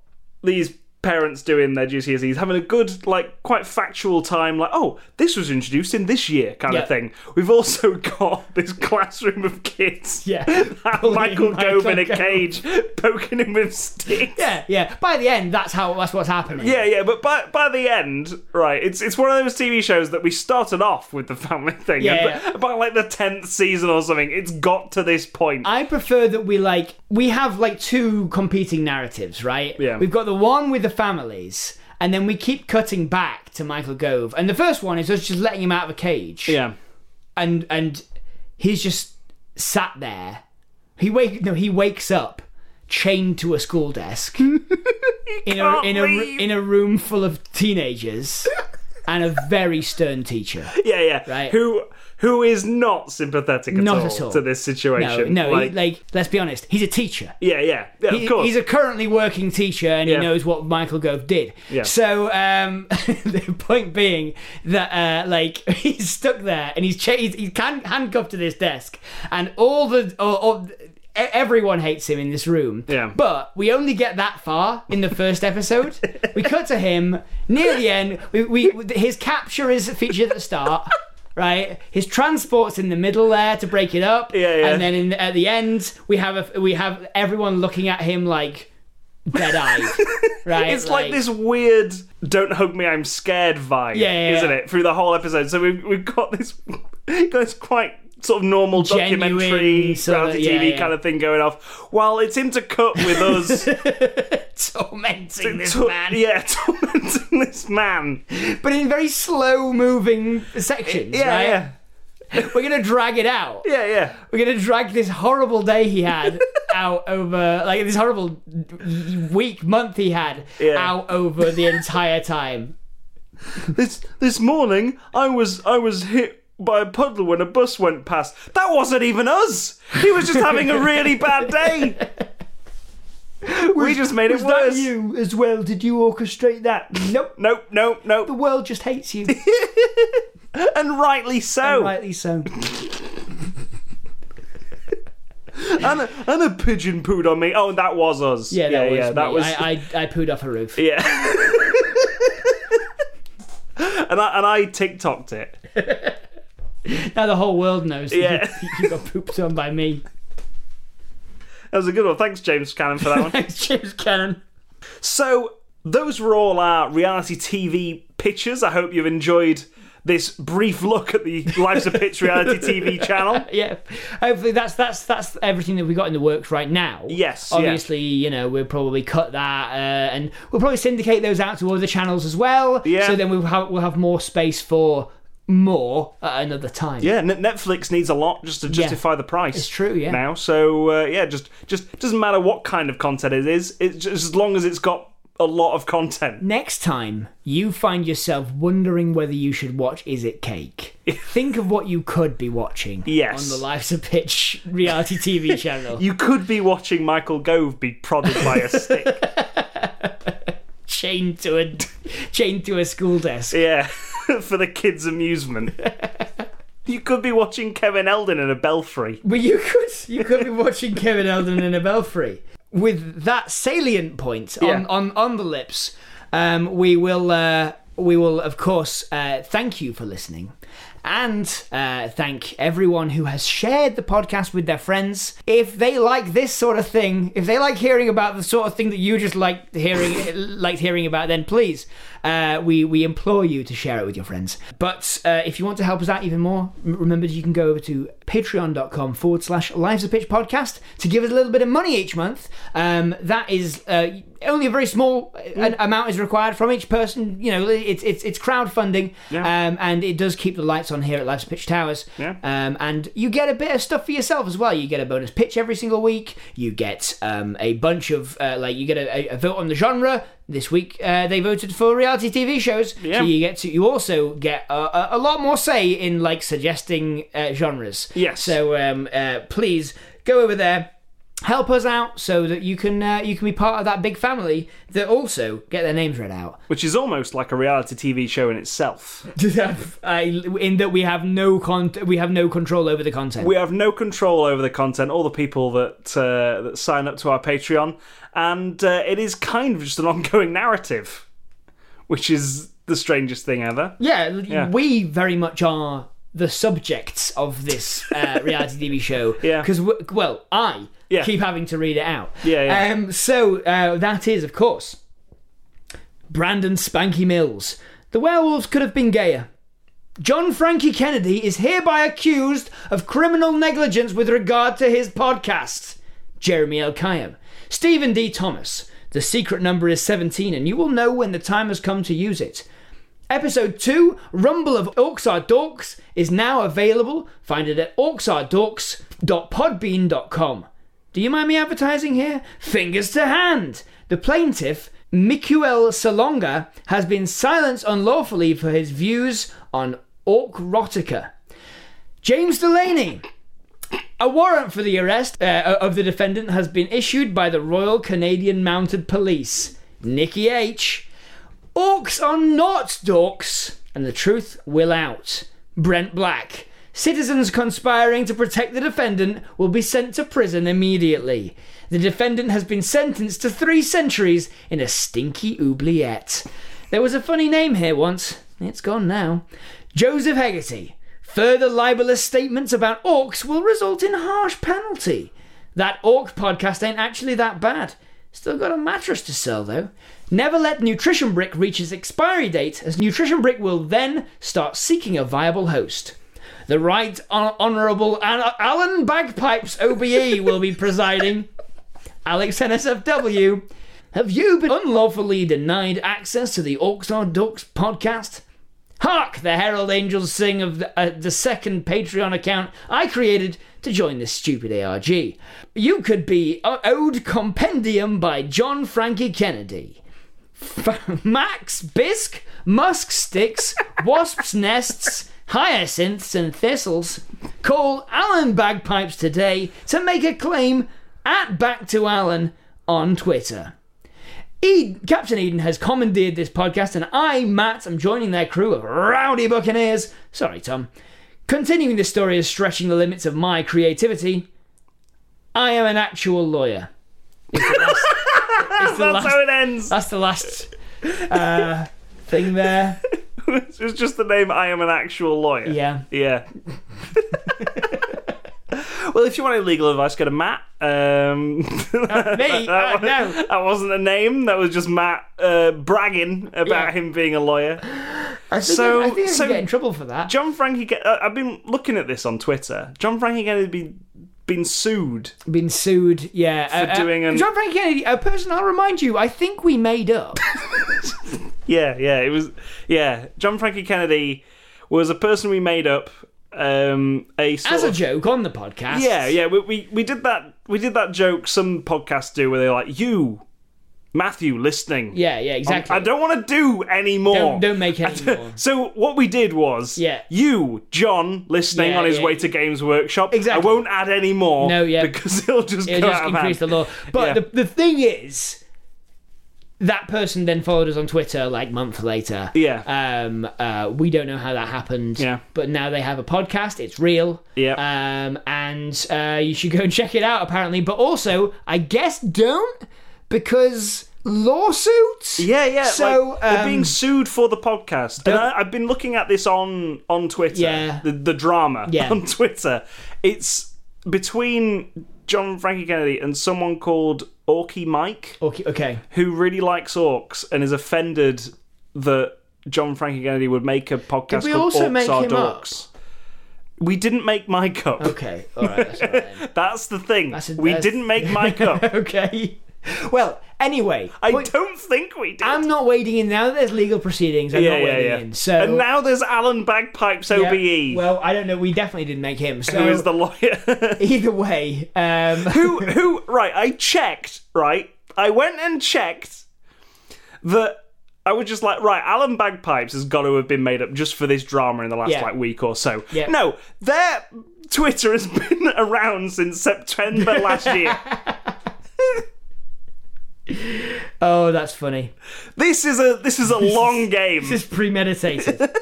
A: these parents doing their GCSEs, having a good, like, quite factual time, like, oh, this was introduced in this year kind
B: Yeah.
A: of thing, we've also got this classroom of kids.
B: Yeah.
A: That Michael
B: Michael
A: Gove in a
B: Gove.
A: cage, poking him with sticks.
B: Yeah, yeah. By the end, that's how that's what's happening.
A: Yeah, yeah, but by by the end, right? It's it's one of those TV shows that we started off with the family thing,
B: Yeah,
A: and b- by like the tenth season or something, it's got to this point.
B: I prefer that we like we have like two competing narratives, right?
A: Yeah.
B: We've got the one with the families, and then we keep cutting back to Michael Gove. And the first one is us just letting him out of a cage.
A: yeah,
B: And and he's just sat there. He wake no, he wakes up chained to a school desk in a
A: can't
B: in a
A: leave.
B: in a room full of teenagers and a very stern teacher.
A: yeah, yeah.
B: Right.
A: Who who is not sympathetic at,
B: Not
A: all,
B: at all.
A: to this
B: No,
A: situation?
B: no,
A: like,
B: like, like let's be honest, he's a teacher.
A: yeah, yeah, yeah.
B: He-
A: of course,
B: He's a currently working teacher and
A: Yeah.
B: he knows what Michael Gove did.
A: Yeah.
B: So um, the point being that uh, like he's stuck there and he's, cha- he's he's can- handcuffed to this desk and all the all, all- e- everyone hates him in this room.
A: Yeah.
B: But we only get that far in the first episode. we cut to him near the end. We, we his capture is featured at the start. Right, his transport's in the middle there to break it up,
A: Yeah, yeah.
B: and then in, at the end, we have a, we have everyone looking at him like dead eyed, right?
A: It's like, this weird "Don't hug me, I'm scared" vibe,
B: Yeah, yeah,
A: isn't
B: yeah.
A: it? Through the whole episode, so we've we've got this got this quite sort of normal
B: Genuine
A: documentary
B: sort of-
A: reality
B: yeah,
A: TV
B: yeah.
A: kind of thing going off, while it's intercut with us
B: tormenting this
A: to-
B: man,
A: yeah, tormenting this man.
B: but in very slow moving sections.
A: Yeah,
B: right?
A: yeah,
B: We're gonna drag it out.
A: yeah, yeah.
B: We're gonna drag this horrible day he had out over, like this horrible week, month he had
A: Yeah.
B: out over the entire time.
A: This this morning, I was I was hit by a puddle when a bus went past. That wasn't even us. He was just having a really bad day. we just made it worse.
B: you as well? Did you orchestrate that? Nope.
A: Nope, nope, nope.
B: The world just hates you.
A: and rightly so.
B: Rightly so.
A: And, a, and a pigeon pooed on me. Oh, that was us.
B: Yeah, that was,
A: that
B: me.
A: was.
B: I, I, I pooed off a roof.
A: Yeah. and I and I TikToked it.
B: Now the whole world knows that
A: Yeah.
B: you, you got pooped on by me.
A: That was a good one. Thanks, James Cannon, for that one.
B: Thanks, James Cannon.
A: So those were all our reality TV pitches. I hope you've enjoyed this brief look at the Life's a Pitch reality TV channel.
B: Yeah, hopefully that's that's that's everything that we got in the works right now.
A: Yes, yeah.
B: obviously, you know we'll probably cut that, uh, and we'll probably syndicate those out to other channels as well.
A: Yeah.
B: So then we'll have we'll have more space for more at another time.
A: Yeah, Net- Netflix needs a lot just to justify the price.
B: It's true, yeah.
A: Now, so uh, yeah, just just doesn't matter what kind of content it is. It's just, as long as it's got a lot of content.
B: Next time you find yourself wondering whether you should watch Is It Cake, think of what you could be watching
A: Yes.
B: on the Life's a Pitch reality TV channel.
A: You could be watching Michael Gove be prodded by a stick.
B: chained to a chained to a school desk.
A: Yeah, for the kids' amusement. You could be watching Kevin Eldon in a belfry.
B: But you could you could be watching Kevin Eldon in a belfry. With that salient point on,
A: Yeah.
B: on, on the lips, um, we will uh, we will of course uh, thank you for listening. And uh, thank everyone who has shared the podcast with their friends. If they like this sort of thing, if they like hearing about the sort of thing that you just liked hearing, liked hearing about, then please, uh, we we implore you to share it with your friends. But uh, if you want to help us out even more, m- remember that you can go over to patreon.com forward slash lives of pitch podcast to give us a little bit of money each month. Um, that is uh, only a very small uh
A: Mm.
B: amount is required from each person. You know, it's it's it's crowdfunding,
A: Yeah.
B: um, and it does keep the lights on here at Lives of Pitch Towers.
A: Yeah.
B: Um, and you get a bit of stuff for yourself as well. You get a bonus pitch every single week. You get um, a bunch of uh, like you get a, a, a vote on the genre. This week uh, they voted for reality TV shows,
A: Yeah.
B: so you get to you also get a, a, a lot more say in like suggesting uh, genres.
A: Yes.
B: So um, uh, please go over there. Help us out so that you can uh, you can be part of that big family that also get their names read out.
A: which is almost like a reality TV show in itself.
B: I, in that we have no con- we have no control over the content.
A: We have no control over the content or the people that uh, that sign up to our Patreon, and uh, it is kind of just an ongoing narrative, which is the strangest thing ever.
B: Yeah, l- we very much are the subjects of this uh, reality TV show.
A: Yeah.
B: Because, well, I
A: Yeah.
B: keep having to read it out.
A: Yeah, yeah.
B: Um, so uh, that is, of course, Brandon Spanky Mills. The werewolves could have been gayer. John Frankie Kennedy is hereby accused of criminal negligence with regard to his podcast. Jeremy L. Kayam. Stephen D. Thomas. The secret number is 17, and you will know when the time has come to use it. Episode 2, Rumble of Orcs Are Dorks, is now available. Find it at orcsaredorks.podbean.com. Do you mind me advertising here? Fingers to hand! The plaintiff, Mikuel Salonga, has been silenced unlawfully for his views on Orc Rotica. James Delaney! A warrant for the arrest uh, of the defendant has been issued by the Royal Canadian Mounted Police. Nikki H. Orcs are not dorks, and the truth will out. Brent Black. Citizens conspiring to protect the defendant will be sent to prison immediately. The defendant has been sentenced to three centuries in a stinky oubliette. There was a funny name here once. It's gone now. Joseph Hegarty. Further libelous statements about orcs will result in harsh penalty. That orc podcast ain't actually that bad. Still got a mattress to sell though. Never let Nutrition Brick reach its expiry date, as Nutrition Brick will then start seeking a viable host. The Right Hon- Honourable An- Alan Bagpipes OBE will be presiding. Alex NSFW, have you been unlawfully denied access to the Orcs are Ducks podcast? Hark! The Herald Angels sing of the, uh, the second Patreon account I created to join this stupid ARG. You could be o- owed compendium by John Frankie Kennedy. F- Max Bisk, Musk Sticks, Wasps' Nests, Hyacinths and Thistles. Call Alan Bagpipes today to make a claim at Back to Alan on Twitter. Eden, Captain Eden has commandeered this podcast, and I, Matt, am joining their crew of rowdy buccaneers. Sorry, Tom. Continuing this story is stretching the limits of my creativity. I am an actual lawyer. It's the last- it's the
A: That's
B: last-
A: how it ends.
B: that's the last uh, thing there.
A: It's just the name. I am an actual lawyer.
B: Yeah.
A: Yeah. well, if you want any legal advice, go to Matt. Um,
B: me? Uh,
A: wa-
B: no.
A: that wasn't a name. That was just Matt uh, bragging about
B: Yeah.
A: him being a lawyer.
B: I think
A: So-
B: I, I think I
A: so-
B: could get in trouble for that.
A: John Frankie. Ke- uh, I've been looking at this on Twitter. John Frankie Kennedy been been sued.
B: Been sued, yeah. For
A: doing an-
B: John Frank Kennedy, a person I'll remind you, I think we made up.
A: Yeah, yeah. It was. Yeah, John Frankie Kennedy was a person we made up. Um, a sort
B: As a
A: of-
B: joke on the podcast.
A: Yeah, yeah. We, we we did that. We did that joke. Some podcasts do where they're like, "You Matthew listening.
B: Yeah, yeah, exactly.
A: Um, I don't want to do any more.
B: Don't- don't make any
A: I don't-
B: more.
A: So what we did was,
B: Yeah.
A: you, John, listening
B: Yeah,
A: on his
B: yeah,
A: way
B: yeah.
A: to Games Workshop.
B: Exactly.
A: I won't add any more.
B: No, yeah.
A: because it'll just
B: It'll
A: go
B: just
A: out of
B: increase
A: hand.
B: the law. But
A: Yeah.
B: the, the thing is, that person then followed us on Twitter like month later.
A: Yeah.
B: Um. Uh. We don't know how that happened.
A: Yeah.
B: But now they have a podcast. It's real.
A: Yep.
B: Um. And uh, you should go and check it out. Apparently, but also I guess don't because lawsuits.
A: Yeah, yeah.
B: So
A: like, they're
B: um,
A: being sued for the podcast, and I, I've been looking at this on on Twitter.
B: Yeah.
A: the, the drama
B: Yeah.
A: on Twitter. It's between John and Frankie Kennedy and someone called Orky Mike,
B: Okay. Okay.
A: who really likes orcs and is offended that John Frankie Kennedy would make a podcast
B: we
A: called
B: also
A: Orcs
B: make
A: Are
B: him up?
A: Dorks. We didn't make Mike up.
B: Okay. All right. That's all right then.
A: That's the thing.
B: a-
A: we
B: that's-
A: didn't make Mike up.
B: okay. Well. Anyway.
A: I
B: point-
A: don't think we did.
B: I'm not wading in now that there's legal proceedings. I'm
A: yeah,
B: not
A: yeah,
B: wading
A: yeah.
B: in. So
A: and now there's Alan Bagpipes
B: Yeah,
A: OBE.
B: Well, I don't know. We definitely didn't make him. So
A: who is the lawyer?
B: either way, um,
A: who who right, I checked, right? I went and checked that I was just like, right, Alan Bagpipes has got to have been made up just for this drama in the last
B: Yeah.
A: like week or so.
B: Yeah.
A: No, their Twitter has been around since September last year.
B: oh, that's funny.
A: this is a this is a long game.
B: This is premeditated.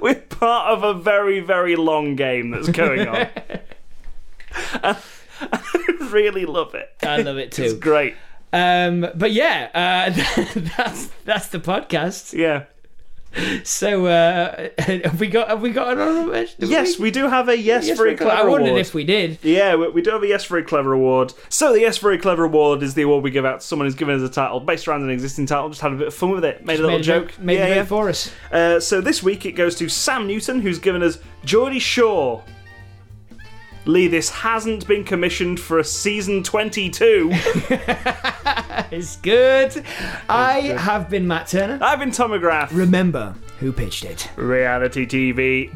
A: We're part of a very, very long game that's going on. I really love it.
B: I love it
A: It's
B: too.
A: great.
B: Um, but yeah, uh, that's that's the podcast.
A: Yeah.
B: So uh, have we got have we got an honorable mention? Have
A: Yes,
B: we?
A: we do have a yes, for a clever
B: I wondered
A: award.
B: if we did.
A: Yeah, we, we do have a Yes Very Clever award. So the Yes Very Clever award is the award we give out to someone who's given us a title based around an existing title. Just had a bit of fun with it, made a little
B: Made a
A: joke.
B: Made
A: yeah,
B: a joke
A: yeah.
B: for us.
A: Uh, so this week it goes to Sam Newton, who's given us Geordie Shaw. Lee, this hasn't been commissioned for a season 22.
B: It's good. I have been Matt Turner.
A: I've been Tom McGrath.
B: Remember who pitched it.
A: Reality TV.